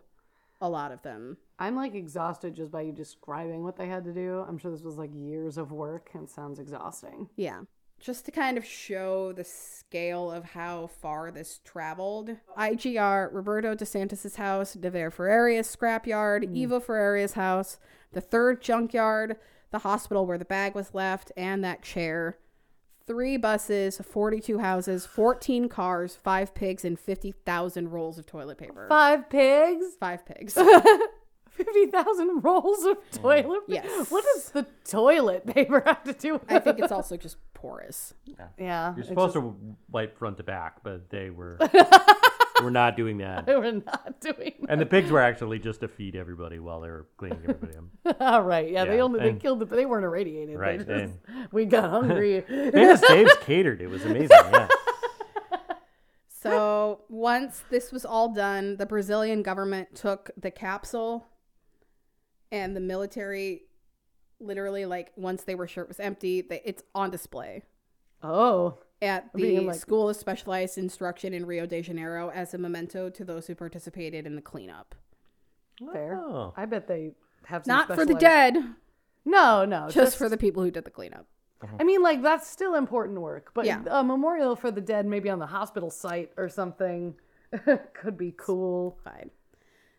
a lot of them. I'm like exhausted just by you describing what they had to do. I'm sure this was like years of work and it sounds exhausting. Yeah. Just to kind of show the scale of how far this traveled, IGR, Roberto DeSantis' house, De Vere Ferrari's scrapyard, Evo Ferrari's house, the third junkyard, the hospital where the bag was left, and that chair. Three buses, 42 houses, 14 cars, five pigs, and 50,000 rolls of toilet paper. Five pigs, Five pigs. 50,000 rolls of Mm. toilet paper. Yes. What does the toilet paper have to do with I think it's also just porous. Yeah. You're it's supposed to wipe front to back, but they were were not doing that. They were not doing And the pigs were actually just to feed everybody while they were cleaning everybody up. All right. Yeah, they Yeah, only they and- killed it, but they weren't irradiated. They Right, just- and- we got hungry. Famous Dave's catered. It was amazing. Yeah. So once this was all done, the Brazilian government took the capsule and the military literally like once they were sure it was empty, they, it's on display oh. at the Being like- School of Specialized Instruction in Rio de Janeiro as a memento to those who participated in the cleanup. Fair. Oh. I bet they have some Not for the specialized- Oh, dead, No, no. just, for the people who did the cleanup. I mean, like that's still important work, but Yeah. a memorial for the dead, maybe on the hospital site or something, could be cool. Fine.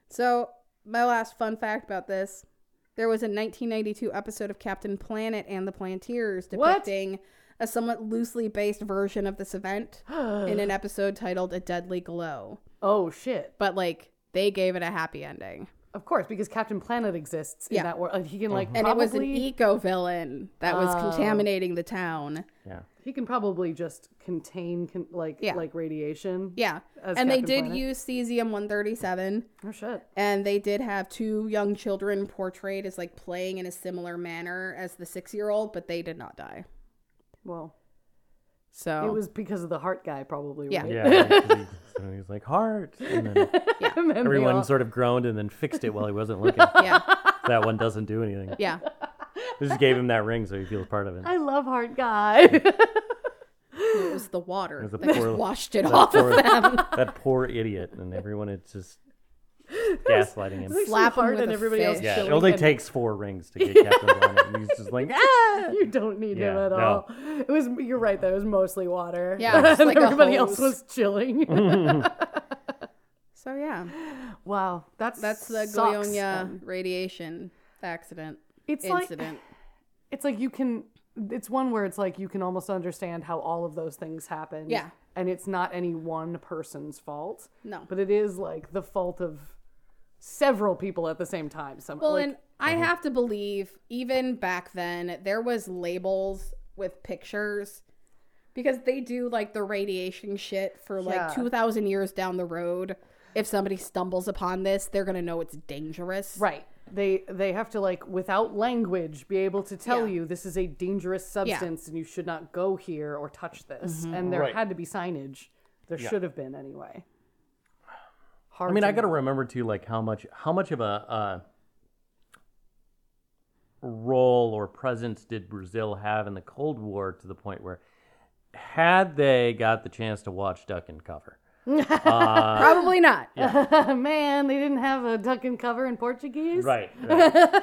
So, my last fun fact about this there was a 1992 episode of Captain Planet and the Planteers What? depicting a somewhat loosely based version of this event in an episode titled A Deadly Glow. Oh shit! But, like, they gave it a happy ending. Of course, because Captain Planet exists in Yeah. that world. Like, He can like Mm-hmm. And probably Oh. it was an eco villain that was contaminating the town. Yeah. he can probably just contain con- like Yeah. like radiation. Yeah. As and they Captain did Planet? use cesium 137. Oh shit! and they did have two young children portrayed as like playing in a similar manner as the six year old, but they did not die. Well, So it was because of the heart guy, probably. Oh. Yeah. Right? Yeah. he- so he's like, heart. And then And then they everyone all- sort of groaned and then fixed it while he wasn't looking. yeah, That one doesn't do anything. yeah. They just gave him that ring so he feels part of it. I love heart guy. It was the water was a that poor- just washed it that, off poor, of them. that poor idiot. And everyone is just gaslighting him. Slap him Heart with and a everybody else fish. Yeah, it chilling only and- takes four rings to get Captain Planet. And he's just like, ah! you don't need him Yeah, at no. all. It was you're right. though. It was mostly water. Yeah, just And like a everybody else hose. was chilling. So yeah, Wow, that's that's the sucks. Goyonia radiation accident It's like incident. it's like you can. It's one where it's like you can almost understand how all of those things happen. Yeah. and it's not any one person's fault, no. but it is like the fault of several people at the same time. Some Well, like, and I have to believe even back then there was labels with pictures because they do like the radiation shit for like Yeah. 2000 years down the road. If somebody stumbles upon this, they're going to know it's dangerous. right. They they have to like without language be able to tell Yeah. you this is a dangerous substance and you should not go here or touch this. Mm-hmm. And there Right. had to be signage. There should have been anyway. Hard I mean, I got to remember too, like how much how much of a uh, role or presence did Brazil have in the Cold War to the point where, had they got the chance to watch Duck and Cover, uh, Probably not. Man, they didn't have a duck and cover in Portuguese. right, right.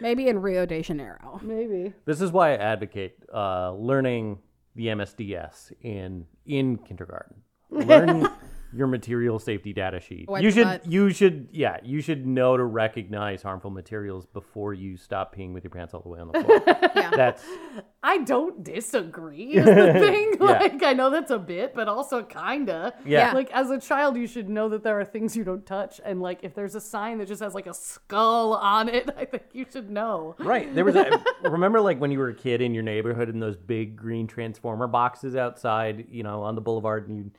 Maybe in Rio de Janeiro. Maybe. This is why I advocate uh, learning the MSDS in in kindergarten. Learn your material safety data sheet. Wipe you the should butt. you should yeah, you should know to recognize harmful materials before you stop peeing with your pants all the way on the floor. That's I don't disagree is the thing. Yeah. Like I know that's a bit, but also kinda. Yeah. Like as a child you should know that there are things you don't touch and like if there's a sign that just has like a skull on it, I think you should know. right. There was a, remember like when you were a kid in your neighborhood and those big green transformer boxes outside, you know, on the boulevard and you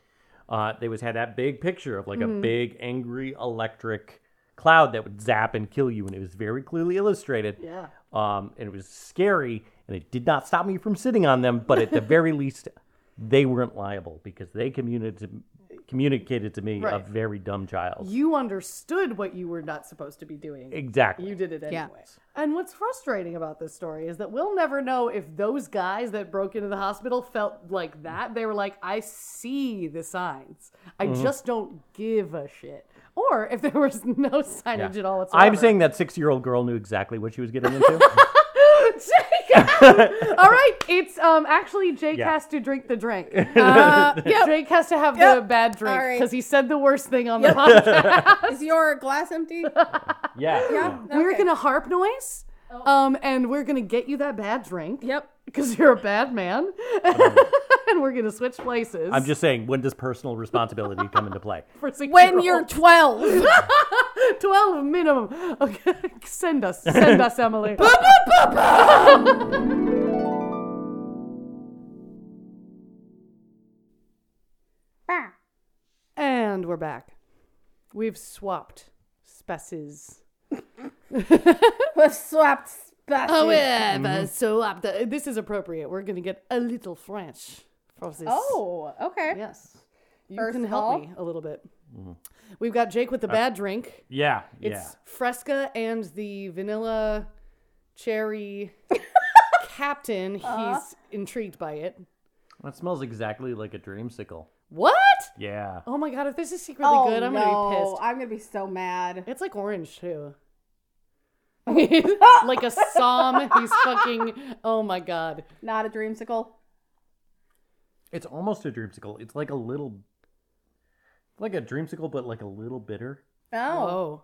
uh, they was had that big picture of like Mm-hmm. a big angry electric cloud that would zap and kill you and it was very clearly illustrated. Yeah. um, and it was scary, and it did not stop me from sitting on them. But at the very least, they weren't liable because they communicated to, communicated to me a Right. very dumb child. You understood what you were not supposed to be doing. Exactly. You did it Yeah. anyway. And what's frustrating about this story is that we'll never know if those guys that broke into the hospital felt like Mm-hmm. that. They were like, I see the signs. I just don't give a shit. Or if there was no signage at all whatsoever. I'm saying that six year old girl knew exactly what she was getting into. All right, it's um actually Jake Yeah. has to drink the drink. Uh, yep. Jake has to have the Yep. bad drink All right. because he said the worst thing on the podcast. Is your glass empty? yeah. We're Okay. Oh. gonna harp noise, um, and we're gonna get you that bad drink Yep. because you're a bad man, Uh-huh. and we're gonna switch places. I'm just saying, when does personal responsibility come into play? for six When year you're olds. 12. twelve minimum. Okay, send us, send us, Emily. And we're back. We've swapped species. was swapped back. Oh, yeah, but so up the, this is appropriate. We're going to get a little French for this. Oh, okay. yes. You First can help all. me a little bit. We've got Jake with the bad drink. Yeah. It's Fresca and the vanilla cherry captain. Uh-huh. He's intrigued by it. That smells exactly like a dreamsicle. What? Yeah. Oh my god, if this is secretly Oh, good, I'm going to be pissed. I'm gonna be so mad. It's like orange too. like a psalm. He's fucking. Oh my god. Not a dreamsicle. It's almost a dreamsicle. It's like a little, like a dreamsicle, but like a little bitter. Oh, Oh.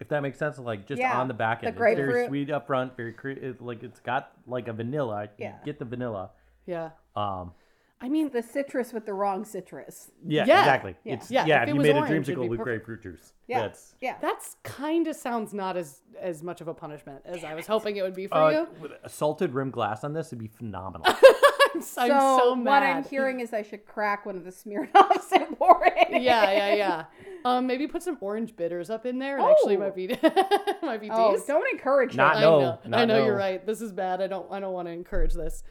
If that makes sense, like just Yeah, on the back the end, it's very grapefruit. sweet up front, very cre- it's like it's got like a vanilla. You Yeah. get the vanilla. Yeah. Um, I mean, the citrus with the wrong citrus. yeah, Yeah. exactly. Yeah. It's Yeah, if yeah. if it you was made orange, a it'd be dreamsicle with perfect. grapefruit juice, Yeah, that's yeah. that's kind of sounds not as as much of a punishment as I was hoping it would be for uh, you. with a salted rim glass on this would be phenomenal. I'm so, so, what I'm mad. hearing is I should crack one of the Smirnoffs and pour it. in. yeah, yeah, yeah. Um, maybe put some orange bitters up in there. It actually Oh. might be might be Oh, decent. don't encourage Not- it. I No, know. not I know you're no. right. This is bad. I don't. I don't want to encourage this.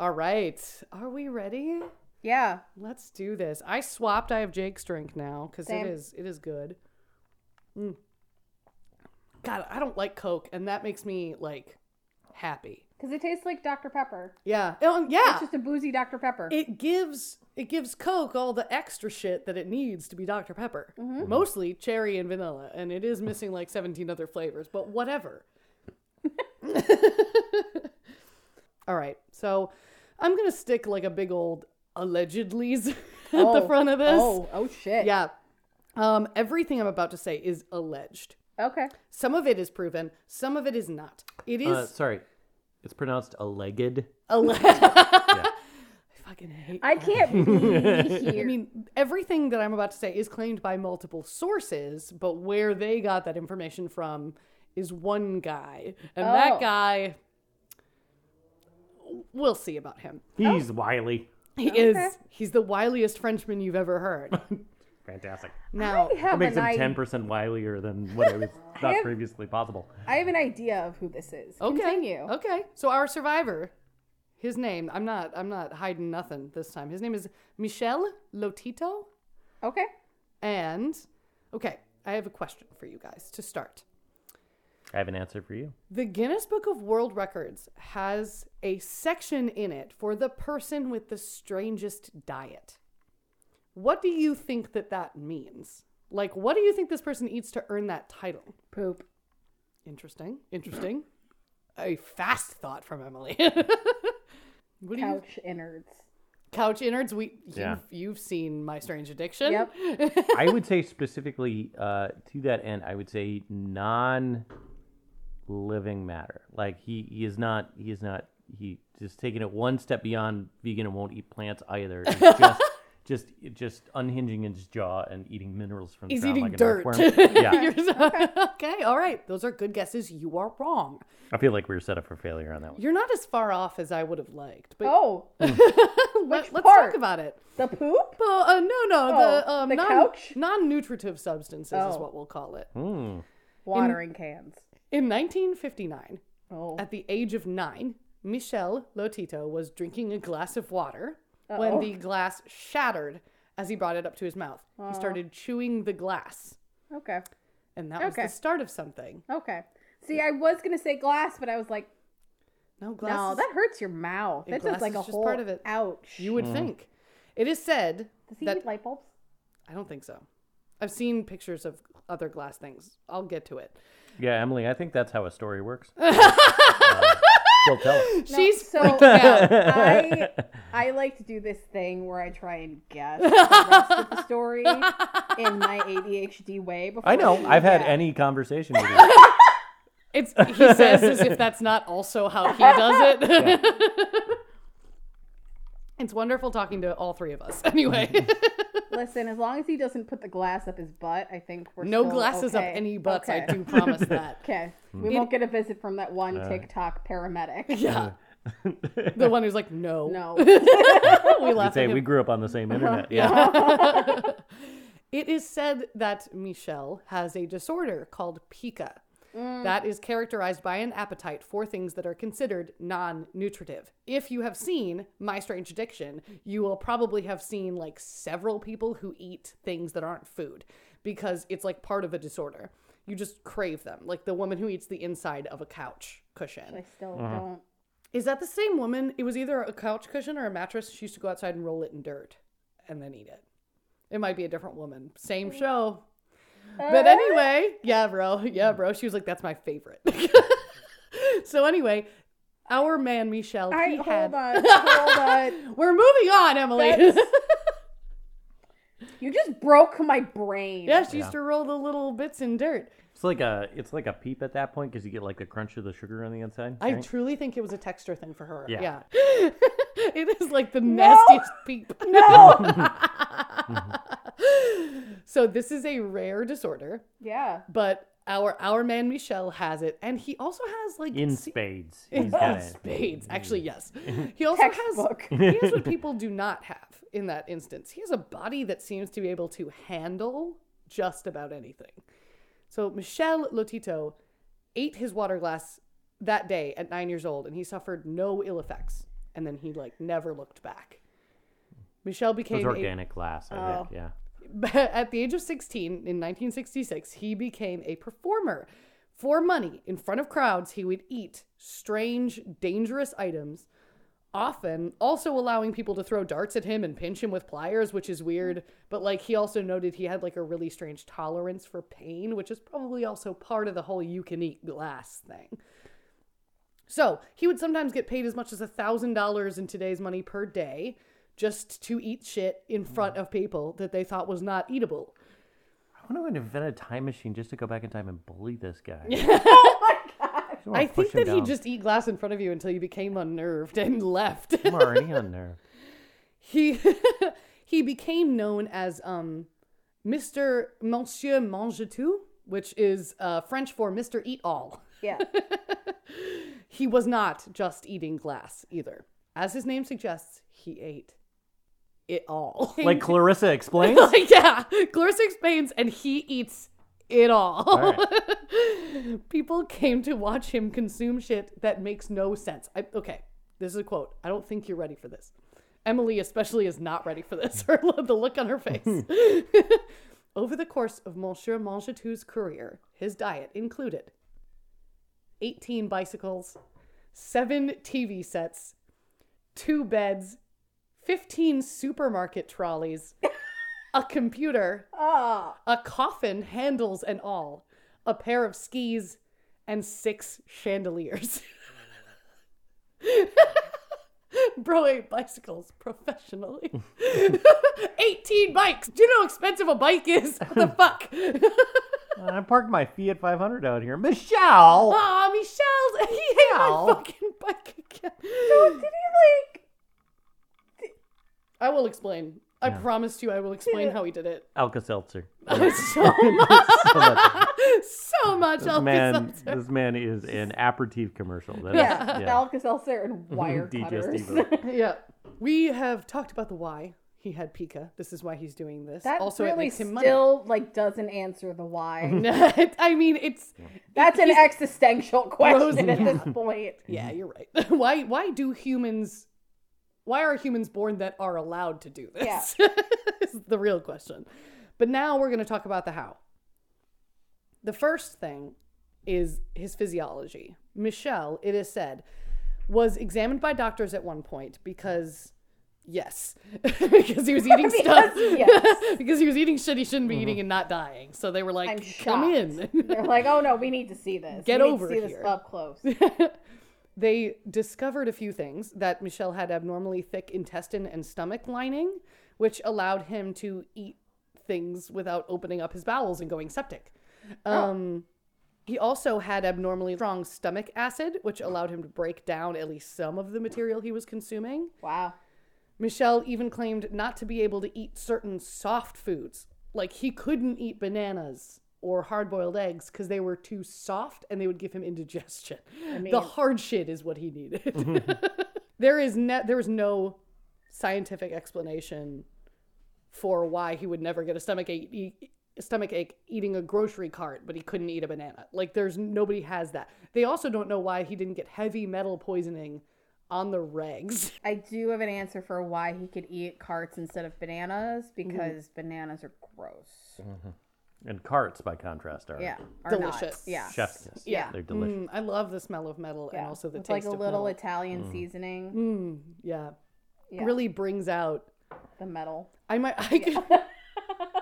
All right. Are we ready? Yeah. Let's do this. I swapped. I have Jake's drink now because it Same. is it is good. Mm. God, I don't like Coke, and that makes me like happy. Because it tastes like Dr. Pepper. Yeah, Oh, yeah. It's just a boozy Dr. Pepper. it gives it gives Coke all the extra shit that it needs to be Dr Pepper. Mm-hmm. Mostly cherry and vanilla, and it is missing like seventeen other flavors, but whatever. all right, so I'm gonna stick like a big old allegedly's at the Oh, front of this. Oh, oh shit. Yeah. Um, everything I'm about to say is alleged. Okay. Some of it is proven, some of it is not. It is uh, sorry, it's pronounced a legged. alleged. I fucking hate. I can't be I here. mean, everything that I'm about to say is claimed by multiple sources, but where they got that information from is one guy. And that Oh. guy, we'll see about him. He's wily. He is, he's the wiliest Frenchman you've ever heard. Fantastic. Now, I have That makes an him idea. ten percent wilier than what it was thought previously possible. I have an idea of who this is. okay. Continue. Okay. So our survivor, his name, I'm not, I'm not hiding nothing this time. His name is Michel Lotito. Okay. And, okay, I have a question for you guys to start. I have an answer for you. The Guinness Book of World Records has a section in it for the person with the strangest diet. What do you think that that means? Like, what do you think this person eats to earn that title? Poop. Interesting. Interesting. A fast thought from Emily. what do you Couch innards. couch innards? We you've, Yeah. you've seen My Strange Addiction. Yep. I would say specifically uh, to that end, I would say non living matter. Like he, he is not he is not he just taking it one step beyond vegan and won't eat plants either. He's just just just unhinging his jaw and eating minerals from the He's ground eating like an dirt. earthworm. yeah. You're so- okay. All right. Those are good guesses. You are wrong. I feel like we were set up for failure on that one. You're not as far off as I would have liked. But Oh, let, us talk part? about it. the poop? Well, uh, no, no, the, Oh, um, the non, couch? non-nutritive substances is Oh. what we'll call it. Hmm. Watering cans. In 1959, Oh. at the age of nine, Michel Lotito was drinking a glass of water when the glass shattered as he brought it up to his mouth. Uh-huh. He started chewing the glass, Okay. and that Okay. was the start of something. Okay. See, I was gonna say glass, but I was like, No, glass. no, is- that hurts your mouth. Yeah, That does glass like is a just whole part of it. Ouch. you would think. It is said does he that eat light bulbs? I don't think so. I've seen pictures of other glass things. I'll get to it. Yeah, Emily, I think that's how a story works. uh, she'll tell us. She's so out. I I like to do this thing where I try and guess the rest of the story in my ADHD way. Before I know. we- I've had yeah. any conversation with you. It's he says as if that's not also how he does it. it's wonderful talking to all three of us. Anyway, Listen, as long as he doesn't put the glass up his butt, I think we're no still glasses Oh, okay. up any butts. I Okay. do promise that. Okay, we won't get a visit from that one TikTok paramedic. Yeah. the one who's like, no, No, we You'd laugh at say him. we grew up on the same internet. Yeah. It is said that Michelle has a disorder called pica that is characterized by an appetite for things that are considered non nutritive. If you have seen My Strange Addiction, you will probably have seen like several people who eat things that aren't food because it's like part of a disorder. You just crave them, like the woman who eats the inside of a couch cushion. I still don't. Is that the same woman? It was either a couch cushion or a mattress. She used to go outside and roll it in dirt and then eat it. It might be a different woman. Same Mm. show. Uh. But anyway, yeah, bro. Yeah, bro. She was like, that's my favorite. so anyway, our man, Michelle, I he hold had. on, hold on. We're moving on, Emily. That's- You just broke my brain. yeah, she used to roll the little bits in dirt. It's like a it's like a peep at that point because you get like the crunch of the sugar on the inside. I right? truly think it was a texture thing for her. Yeah. Yeah. it is like the nastiest peep. No. Mm-hmm. So this is a rare disorder. yeah. but our our man Michel has it, and he also has like in se- spades. in He's got it. spades. Actually, yes, he also Textbook. has he has what people do not have in that instance. He has a body that seems to be able to handle just about anything. So Michel Lotito ate his water glass that day at nine years old, and he suffered no ill effects. And then he like never looked back. Michel It was became a organic glass, I Oh. think. Yeah. at the age of 16 in 1966 he became a performer for money in front of crowds he would eat strange dangerous items often also allowing people to throw darts at him and pinch him with pliers which is weird but like he also noted he had like a really strange tolerance for pain which is probably also part of the whole you can eat glass thing so he would sometimes get paid as much as a thousand dollars in today's money per day just to eat shit in front of people that they thought was not eatable. I want to invent a time machine just to go back in time and bully this guy. Just wanna Oh I think Oh, push him that he down. just eat glass in front of you until you became unnerved and left. I'm already on there. he he became known as um Mr. Monsieur Mange Tout, which is uh, French for Mr. Eat All. Yeah. He was not just eating glass either. As his name suggests, he ate it all. Like Clarissa explains. yeah, Clarissa explains, and he eats it all. All right. People came to watch him consume shit that makes no sense. I, okay, this is a quote. I don't think you're ready for this. Emily, especially, is not ready for this. Her, the look on her face. Over the course of Monsieur Mangetou's career, his diet included 18 bicycles, seven TV sets, two beds, 15 supermarket trolleys, a computer, Oh, a coffin, handles and all, a pair of skis, and six chandeliers. Bro ate bicycles professionally. 18 bikes. Do you know how expensive a bike is? What the fuck? I parked my Fiat 500 out here. Michelle! Aw, Michelle's. He ate my Ow. fucking bike again. did he like? I will explain. I promised you I will explain how he did it. Alka Seltzer. so much. so much. This man, Alka-Seltzer. this man is an aperitif commercial. That is- Yeah, Alka Seltzer and wire cutters. Digestive. Yeah. We have talked about the why he had pica. This is why he's doing this. That also, it really makes him money. still like doesn't answer the why. I mean, it's That's an existential question at this point. yeah, you're right. why why do humans why are humans born that are allowed to do this? is the real question. But now we're going to talk about the how. The first thing is his physiology. Michelle, it is said, was examined by doctors at one point because Yes, because he was eating stuff. Because yes. because he was eating shit he shouldn't be eating and not dying. So they were like, I'm "Come shocked. in." They're like, oh no, we need to see this. Get we need over to see here." this up close. they discovered a few things that Michelle had abnormally thick intestine and stomach lining, which allowed him to eat things without opening up his bowels and going septic. Um, He also had abnormally strong stomach acid, which allowed him to break down at least some of the material he was consuming. wow. Michelle even claimed not to be able to eat certain soft foods. Like he couldn't eat bananas or hard boiled eggs because they were too soft and they would give him indigestion. the hard shit is what he needed. there is ne- there is no scientific explanation for why he would never get a stomach ache, e- stomach ache eating a grocery cart, but he couldn't eat a banana. Like there's nobody has that. They also don't know why he didn't get heavy metal poisoning on the regs. I do have an answer for why he could eat carts instead of bananas Mm-hmm. because bananas are gross. And carts, by contrast, are Yeah. Are Not. Delicious. Yeah. chef's kiss. Yeah. They're delicious. Mm, I love the smell of metal and also the With taste like a of little metal. Mm. Italian seasoning, yeah. Yeah. really brings out. the metal. I might. I, could,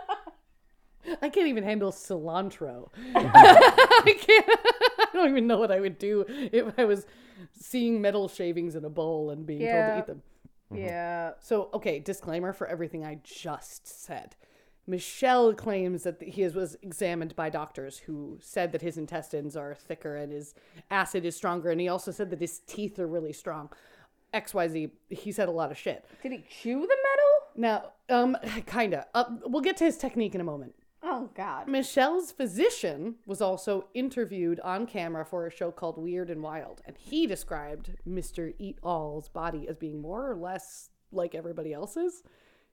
I can't even handle cilantro. I can't. I don't even know what I would do if I was seeing metal shavings in a bowl and being told Yeah. to eat them. Yeah, So, okay, disclaimer for everything I just said. Michelle claims that he is- was examined by doctors who said that his intestines are thicker and his acid is stronger. And he also said that his teeth are really strong. XYZ, he said a lot of shit. did he chew the metal? Now, um, kinda. Uh, we'll get to his technique in a moment. Oh God. Michelle's physician was also interviewed on camera for a show called Weird and Wild, and he described Mr. Eat All's body as being more or less like everybody else's.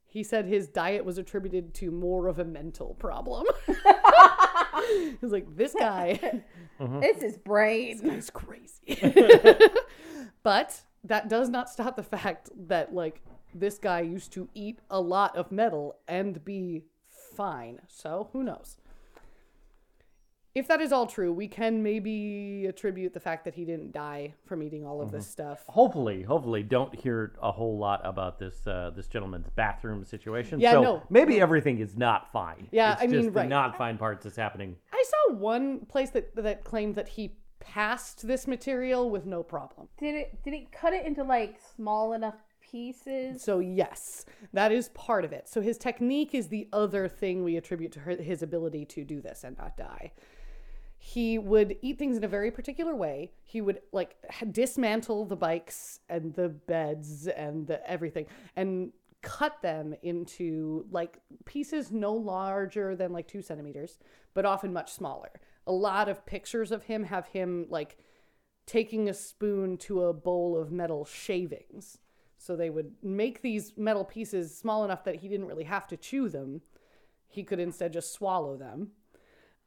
He said his diet was attributed to more of a mental problem. He's like, this guy Mm-hmm. This is brain. is crazy. but that does not stop the fact that, like, this guy used to eat a lot of metal and be fine. So who knows? if that is all true, we can maybe attribute the fact that he didn't die from eating all of this stuff. Hopefully, hopefully, don't hear a whole lot about this uh, this gentleman's bathroom situation. Yeah, so no. maybe everything is not fine. Yeah, it's I mean, just the right. not fine parts is happening. I saw one place that that claimed that he passed this material with no problem. Did it? Did it cut it into like small enough pieces? So yes, that is part of it. So his technique is the other thing we attribute to her, his ability to do this and not die. He would eat things in a very particular way. He would like h- dismantle the bikes and the beds and the everything and cut them into like pieces no larger than like two centimeters, but often much smaller. A lot of pictures of him have him like taking a spoon to a bowl of metal shavings. So they would make these metal pieces small enough that he didn't really have to chew them. He could instead just swallow them.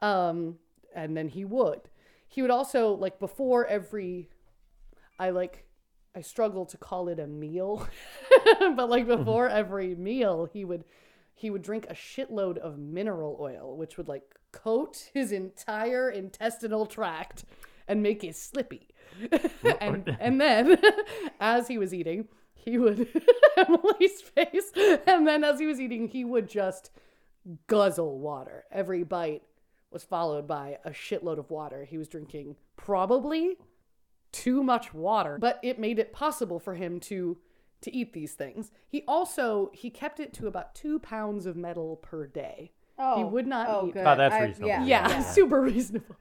Um, and then he would. He would also, like, before every, I like, I struggle to call it a meal, but like before every meal, he would. He would drink a shitload of mineral oil, which would like coat his entire intestinal tract and make it slippy. and, and then, as he was eating, he would Emily's face. And then, as he was eating, he would just guzzle water. Every bite was followed by a shitload of water. He was drinking probably too much water, but it made it possible for him to to eat these things. He also he kept it to about two pounds of metal per day. Oh, he would not Oh, eat. good. Oh, that's I- reasonable. Yeah. Ah, Yeah, super reasonable.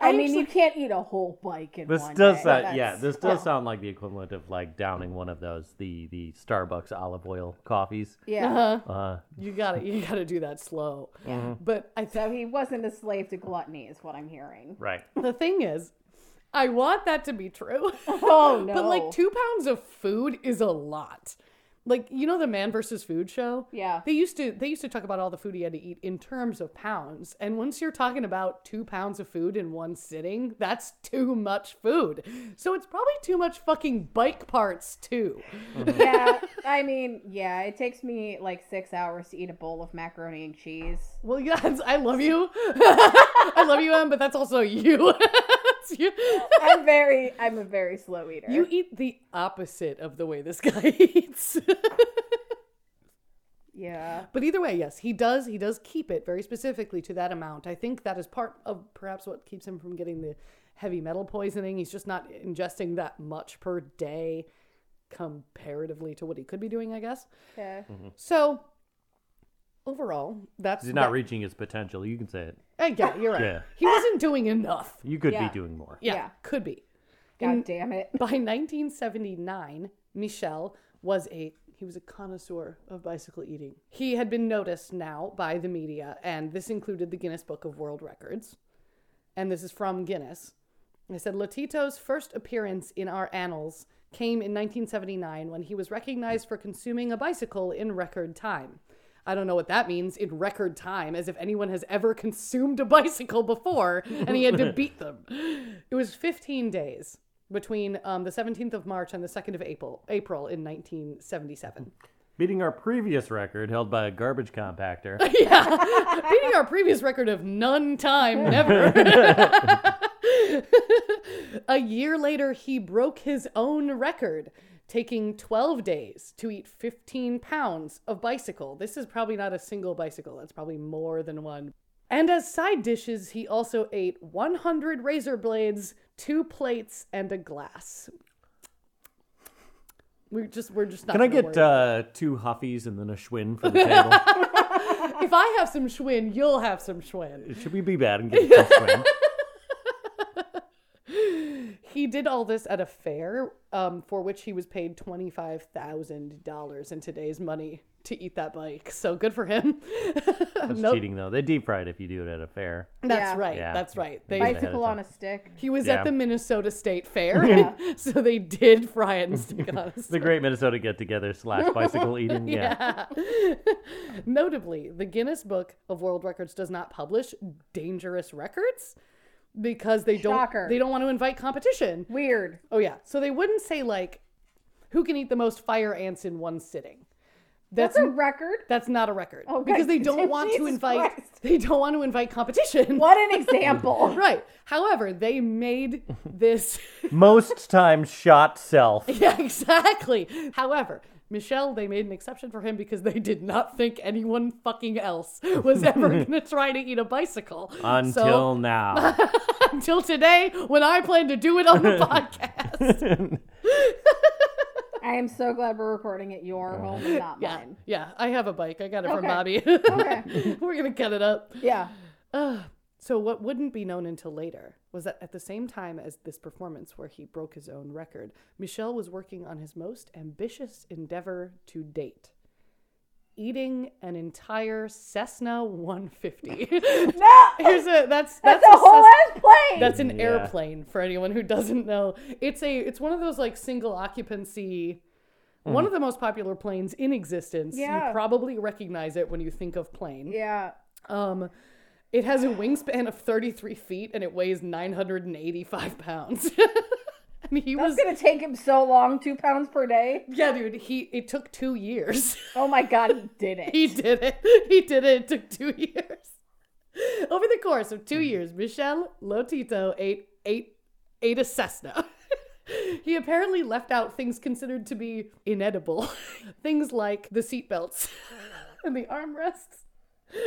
I mean, you can't eat a whole bike in This one does day. sound, yeah, That's- this does sound like the equivalent of like downing one of those the the Starbucks olive oil coffees. Yeah. Uh-huh. Uh, You got to you got to do that slow. But I So he wasn't a slave to gluttony, is what I'm hearing. right. the thing is, I want that to be true. Oh no! But like two pounds of food is a lot. Like you know the Man versus Food show. Yeah. They used to they used to talk about all the food he had to eat in terms of pounds. And once you're talking about two pounds of food in one sitting, that's too much food. So it's probably too much fucking bike parts too. yeah, I mean, yeah, it takes me like six hours to eat a bowl of macaroni and cheese. Well, yeah, it's- I love you. I love you, Em, but that's also you. It's you. I'm very, I'm a very slow eater. You eat the opposite of the way this guy eats. Yeah. But either way, yes, he does. He does keep it very specifically to that amount. I think that is part of perhaps what keeps him from getting the heavy metal poisoning. He's just not ingesting that much per day comparatively to what he could be doing, I guess. Yeah. Mm-hmm. So overall, that's He's not that- reaching his potential. You can say it. Uh, yeah, you're right. Yeah. He wasn't doing enough. You could Yeah. be doing more. Yeah, Yeah. could be. God damn it. By 1979, Michel was a he was a connoisseur of bicycle eating. He had been noticed now by the media, and this included the Guinness Book of World Records. And this is from Guinness. I said Lotito's first appearance in our annals came in 1979 when he was recognized for consuming a bicycle in record time. I don't know what that means in record time, as if anyone has ever consumed a bicycle before and he had to beat them. It was 15 days between um, the 17th of March and the 2nd of April, April in 1977. Beating our previous record held by a garbage compactor. beating our previous record of none time never. a year later, he broke his own record, taking 12 days to eat 15 pounds of bicycle. This is probably not a single bicycle, that's probably more than one. And as side dishes, he also ate 100 razor blades, two plates, and a glass. We're just, we're just not. Can I gonna get worry. uh, two Huffies and then a Schwinn for the table? if I have some Schwinn, you'll have some Schwinn. Should we be bad and get a Schwinn? he did all this at a fair um, for which he was paid $25,000 in today's money to eat that bike. So good for him. That's Nope. cheating, though. They deep fry it if you do it at a fair. That's Yeah. right. Yeah. That's right. They, Bike- Bicycle on a stick. he was Yeah. at the Minnesota State Fair. so they did fry it and stick it on a The Great Minnesota Get Together slash bicycle eating. Yeah. Notably, the Guinness Book of World Records does not publish dangerous records because they Shocker. don't they don't want to invite competition. Weird. Oh yeah. So they wouldn't say like who can eat the most fire ants in one sitting. That's a record. That's not a record Okay. because they don't want to Jesus invite Christ. they don't want to invite competition. What an example. Right. However, they made this Most times shot self. Yeah, exactly. However, Michelle, they made an exception for him because they did not think anyone fucking else was ever going to try to eat a bicycle. Until so, now. until today when I plan to do it on the podcast. I am so glad we're recording at your home and not Oh. Yeah. mine. Yeah, I have a bike. I got it from Okay. Bobby. Okay. We're going to cut it up. Yeah. Ugh. so what wouldn't be known until later was that at the same time as this performance where he broke his own record, Michel was working on his most ambitious endeavor to date. Eating an entire Cessna 150. No! Here's a Ah, that's That's, that's, a whole Cessna- ass plane! that's an Yeah. airplane for anyone who doesn't know. It's a it's one of those like single occupancy one of the most popular planes in existence. Yeah. You probably recognize it when you think of plane. yeah. Um, it has a wingspan of 33 feet and it weighs 985 pounds. and he That's was, gonna take him so long, two pounds per day. yeah, dude. He it took two years. Oh my god, he did it. he did it. He did it. It took two years. Over the course of two years, Michel Lotito ate eight ate a Cessna. he apparently left out things considered to be inedible, things like the seatbelts and the armrests.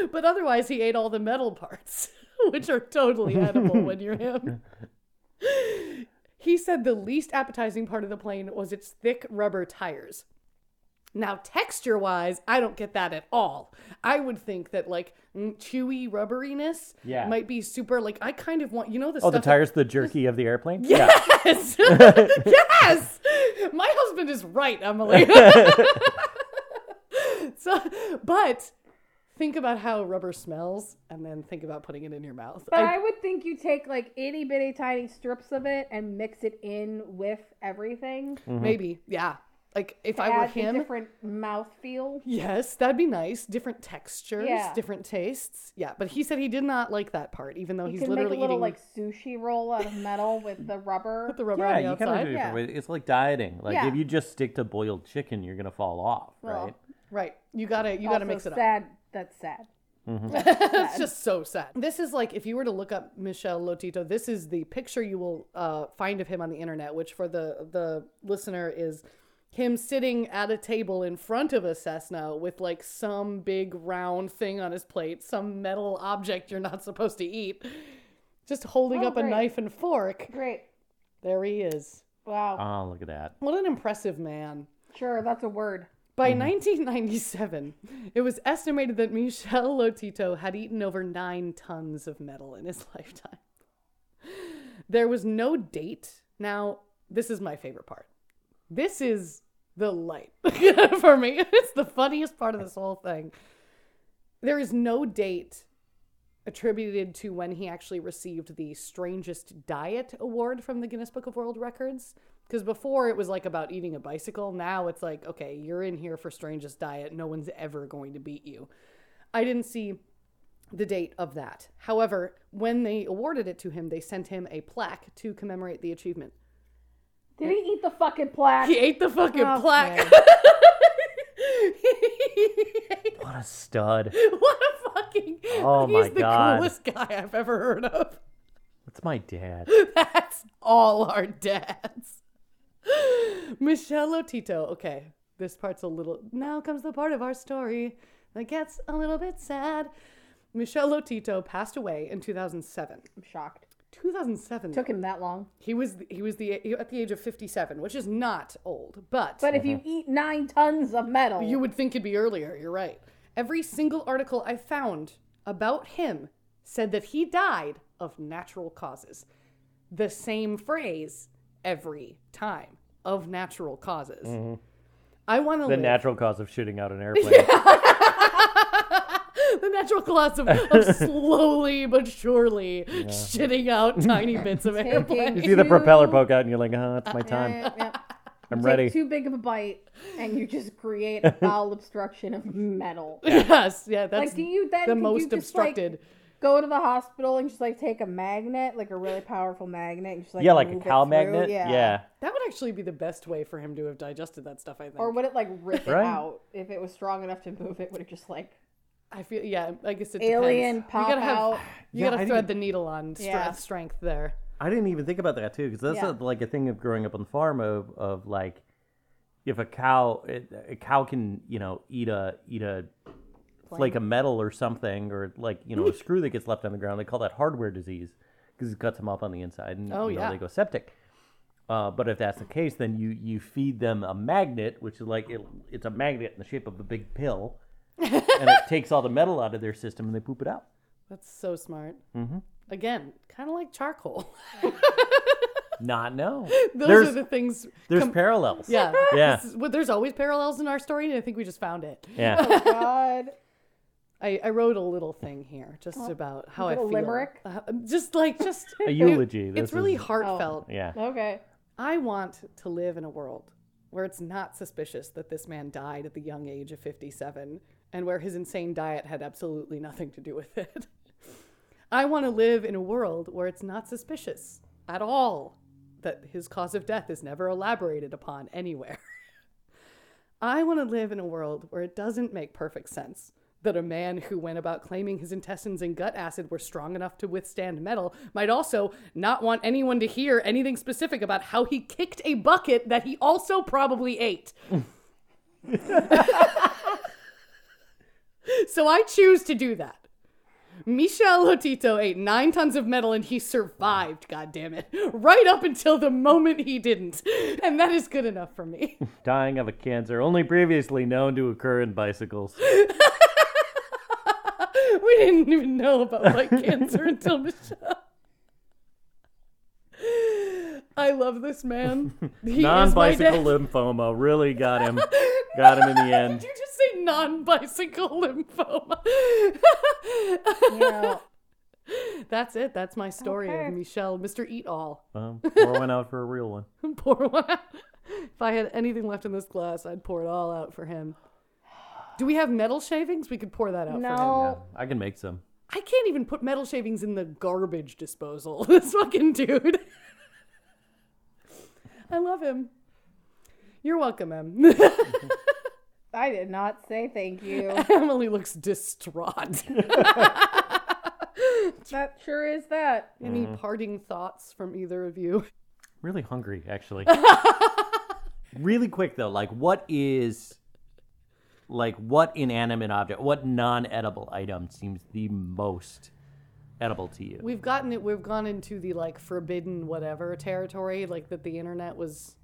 But otherwise, he ate all the metal parts, which are totally edible when you're him. He said the least appetizing part of the plane was its thick rubber tires. Now, texture wise, I don't get that at all. I would think that like mm, chewy rubberiness Yeah. might be super. Like, I kind of want, you know, the stuff Oh, the that- tire's the jerky of the airplane? Yes. yes. My husband is right, Emily. so, but think about how rubber smells and then think about putting it in your mouth. But I- I would think you take like itty bitty tiny strips of it and mix it in with everything. Mm-hmm. Maybe. Yeah. Like if I were Add him, a different mouthfeel. yes, that'd be nice. Different textures, Yeah. different tastes. Yeah, but he said he did not like that part, even though You he's can make a literally little eating like sushi roll out of metal with the rubber. the rubber Yeah, on the you kind of outside. do it Yeah. different ways. It's like dieting. Like Yeah. if you just stick to boiled chicken, you're gonna fall off, Well, right? Right. You gotta you gotta Also mix it up. sad. That's sad. That's just so sad. This is like if you were to look up Michel Lotito, this is the picture you will uh, find of him on the internet, which for the the listener is him sitting at a table in front of a Cessna with like some big round thing on his plate, some metal object you're not supposed to eat, just holding Oh, up a great. knife and fork. Great. There he is. Wow. Uh, Oh, look at that. What an impressive man. sure, that's a word. By 1997, it was estimated that Michel Lotito had eaten over nine tons of metal in his lifetime. There was no date. Now, this is my favorite part. This is the light for me. It's the funniest part of this whole thing. There is no date attributed to when he actually received the strangest diet award from the Guinness Book of World Records. Because before it was like about eating a bicycle. Now it's like, okay, you're in here for strangest diet. No one's ever going to beat you. I didn't see the date of that. However, when they awarded it to him, they sent him a plaque to commemorate the achievement. Did he eat the fucking plaque? He ate the fucking plaque. What a stud. what a fucking. Oh he's my the God. coolest guy I've ever heard of. That's my dad. That's all our dads. Michelle Lotito. Okay, this part's a little. Now comes the part of our story that gets a little bit sad. Michelle Lotito passed away in 2007. I'm shocked. 2007. Took him that long. he was he was the at the age of 57, which is not old, but But if you eat nine tons of metal, Mm-hmm. you would think it'd be earlier. You're right. Every single article I found about him said that he died of natural causes. The same phrase every time of natural causes. I want to The live. natural cause of shooting out an airplane. the natural cause of, of slowly but surely shitting out tiny bits of airplane. You see the propeller poke out and you're like, ah, Uh, it's my time. I'm ready. Too big of a bite, and you just create a foul obstruction of metal. Yes, yeah, that's Like, do you then the could you most just, like, obstructed. go to the hospital and just like take a magnet, like a really powerful magnet, and just like yeah, like a move it cow through? magnet. Yeah. that would actually be the best way for him to have digested that stuff. I think. Or would it like rip Right. it out if it was strong enough to move it? Would it just like I feel yeah. I guess it Alien depends. pop you gotta have, out. You Yeah, gotta I thread didn't- the needle on stre- Yeah. strength there. I didn't even think about that too, because that's Yeah. a, like a thing of growing up on the farm of, of like, if a cow it, a cow can you know eat a eat a flake of metal or something or like you know a screw that gets left on the ground, they call that hardware disease because it cuts them up on the inside and Oh, you know, yeah. they go septic. Uh, but if that's the case, then you you feed them a magnet, which is like it, it's a magnet in the shape of a big pill, and it takes all the metal out of their system and they poop it out. That's so smart. Mm-hmm. Again, kind of like charcoal. Not no. Those there's are the things. there's parallels. Yeah, Yeah. This is- well, there's always parallels in our story, and I think we just found it. Yeah. God? I, I wrote a little thing here just about how I Oh, little feel. limerick? Uh, just like just A eulogy. This it's really is- heartfelt. Oh. Yeah. Okay. I want to live in a world where it's not suspicious that this man died at the young age of 57 and where his insane diet had absolutely nothing to do with it. I want to live in a world where it's not suspicious at all that his cause of death is never elaborated upon anywhere. I want to live in a world where it doesn't make perfect sense that a man who went about claiming his intestines and gut acid were strong enough to withstand metal might also not want anyone to hear anything specific about how he kicked a bucket that he also probably ate. so I choose to do that. Michel Lotito ate nine tons of metal and he survived, goddammit. Right up until the moment he didn't. And that is good enough for me. Dying of a cancer only previously known to occur in bicycles. we didn't even know about light cancer until Michelle. I love this man. He Non is my bicycle dad. lymphoma really got him. got him in the Did end. you just say non-bicycle lymphoma? You know, That's it. That's my story Okay. of Michelle, Mr. Eat All. Well, pour one out for a real one. pour one out. If I had anything left in this glass, I'd pour it all out for him. Do we have metal shavings? We could pour that out for him. Yeah, no. I can make some. I can't even put metal shavings in the garbage disposal. This fucking dude. I love him. You're welcome, Em. I did not say thank you. Emily looks distraught. that sure is that. Any parting thoughts from either of you? Really hungry, actually. Really quick though, like what is like what inanimate object, what non-edible item seems the most edible to you? We've gotten it. We've gone into the like forbidden whatever territory, like that the internet was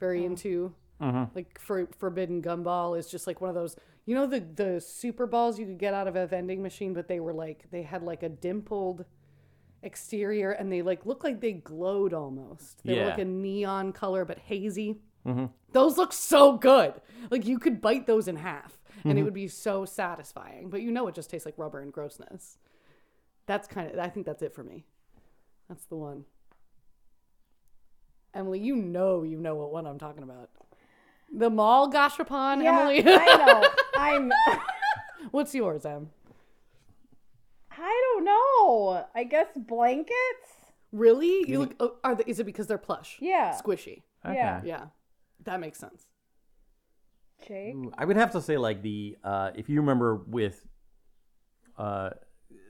very into. Like for, forbidden gumball is just like one of those. You know the the super balls you could get out of a vending machine, but they were like they had like a dimpled exterior and they like looked like they glowed almost. They were like Yeah. a neon color but hazy. Those look so good. Like you could bite those in half and it would be so satisfying. But you know it just tastes like rubber and grossness that's kind of i think that's it for me that's the one emily you know you know what one i'm talking about the mall gashapon emily I know. I'm. what's yours em I don't know. I guess blankets. really you look oh, are the, is it because they're plush Yeah. squishy Yeah. yeah that makes sense Jake. Ooh, I would have to say like the uh, if you remember with uh,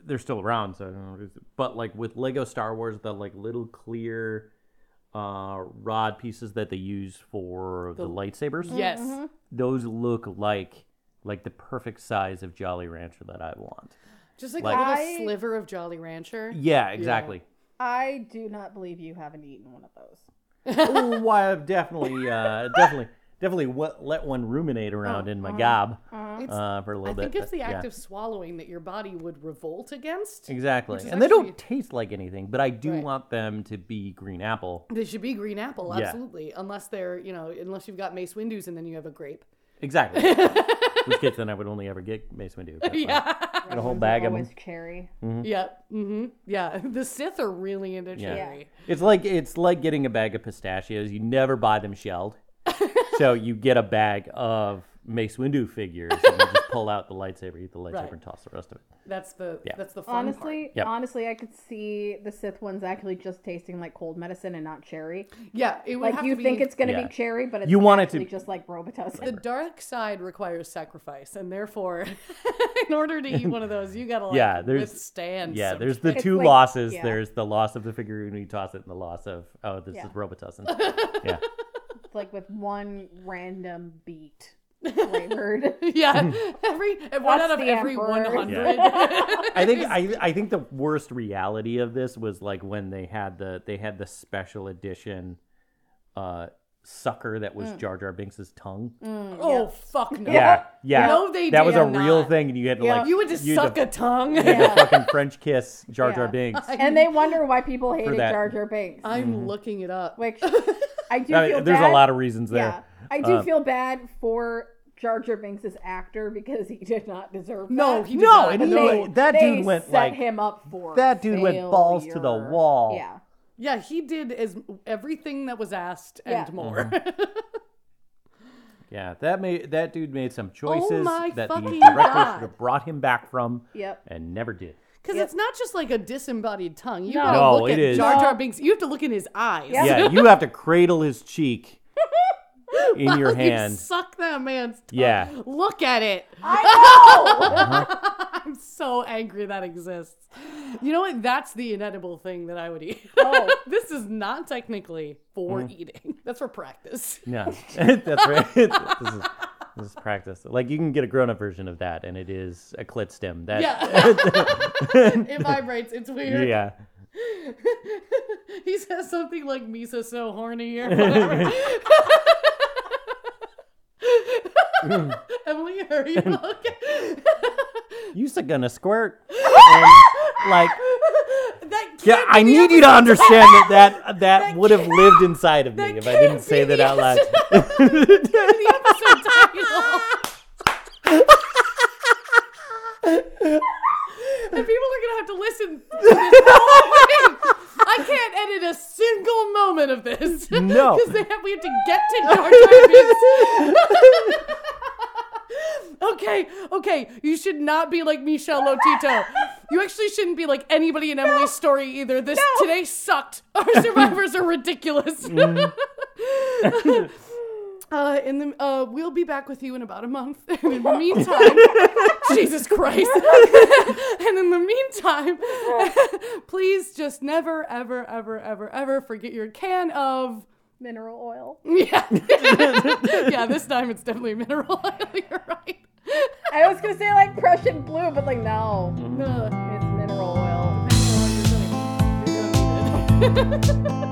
they're still around, so I don't know, but like with Lego Star Wars, the like little clear uh, rod pieces that they use for the, lightsabers, yes those look like like the perfect size of Jolly Rancher that I want. just like, Like- a little I- sliver of jolly rancher Yeah, exactly. I do not believe you haven't eaten one of those. Ooh, Oh, why I've definitely, uh, definitely, definitely what, let one ruminate around in my gob It's- uh, for a Oh, mm-hmm. i little bit. think it's but the yeah. act of swallowing that your body would revolt against Exactly. is And they don't actually- taste like anything, but I do Right. want them to be green apple. they should be green apple Yeah. absolutely unless they're you know unless you've got mace windows and then you have a grape Exactly. Which gets then I would only ever get Mace Windu. but, uh, Get a whole Ones bag are of always them. cherry. Yeah. Mm-hmm. Yeah. The Sith are really into Yeah. cherry. It's like it's like getting a bag of pistachios. You never buy them shelled. so you get a bag of Mace Windu figures and you just pull out the lightsaber, eat the lightsaber, Right. and toss the rest of it. That's the Yeah. that's the fun Honestly, Yep. honestly, I could see the Sith ones actually just tasting like cold medicine and not cherry. part. Yeah. It would Like have you to think be, it's gonna Yeah. be cherry, but it's You want it to- actually just like Robitussin. the dark side requires sacrifice, and therefore, in order to eat one of those, you gotta like Yeah, there's- withstand. Yeah, some- there's the It's two like- losses. yeah. There's the loss of the figurine when you toss it and the loss of oh this Yeah. is Robitussin. yeah. It's like with one random beat flavored. yeah. Every one That's out of the every Emperor. one hundred. I think I, I think the worst reality of this was like when they had the they had the special edition uh sucker that Mm. was Jar Jar Binks's tongue. Mm, Oh fuck no. Yeah, yeah. No, they that was a dare real not. thing, and you had to like You would just use suck a, a tongue. you had to fucking French kiss Jar Jar Yeah. Binks. and they wonder why people hated that. Jar Jar Binks. Uh, I'm Mm-hmm. looking it up. Which I do I feel mean, there's bad. a lot of reasons there. Yeah. I do Um, feel bad for Jar Jar Binks' actor because he did not deserve No, that. he did No, not. I didn't They- know it. that they dude went, set like- him up for that dude went balls to the failure. wall. Yeah. Yeah, he did as everything that was asked Yeah. and more. Mm-hmm. Yeah, that made that dude made some choices Oh my that the fucking director God. should have brought him back from Yep. and never did. Because it's not just like a disembodied tongue. You No. gotta No, look it at is. Jar Jar No. Binks. You have to look in his eyes. Yeah. Yeah, you have to cradle his cheek in your You hand. suck that man's tongue. Yeah. Look at it. I I'm so angry that exists. You know what? That's the inedible thing that I would eat. know. Oh, this is not technically for Mm. eating. That's for practice. Yeah, that's right. this, is, this is practice. Like you can get a grown-up version of that, and it is a clit stem. That, Yeah. it vibrates. It's weird. yeah. He says something like Misa's so horny or whatever. Emily, are you okay? You said gonna squirt. And, like, that can't yeah, be I the need you to episode. understand that that, that would have lived inside of me that if I didn't can't say be that the out loud. the episode title. and people are gonna have to listen to this whole thing. I can't edit a single moment of this. No. Because we have to get to Jar Jar Binks. okay, okay. You should not be like Michelle Lotito. You actually shouldn't be like anybody in Emily's story either. This today sucked. Our survivors are ridiculous. Mm. Uh, in the uh, we'll be back with you in about a month. And in the meantime, Jesus Christ. and in the meantime, please just never, ever, ever, ever, ever forget your can of mineral oil. Yeah. yeah, this time it's definitely mineral oil. You're right. I was gonna say like Prussian blue, but like no, No. it's mineral oil. Depends on what you're doing. You're gonna need it.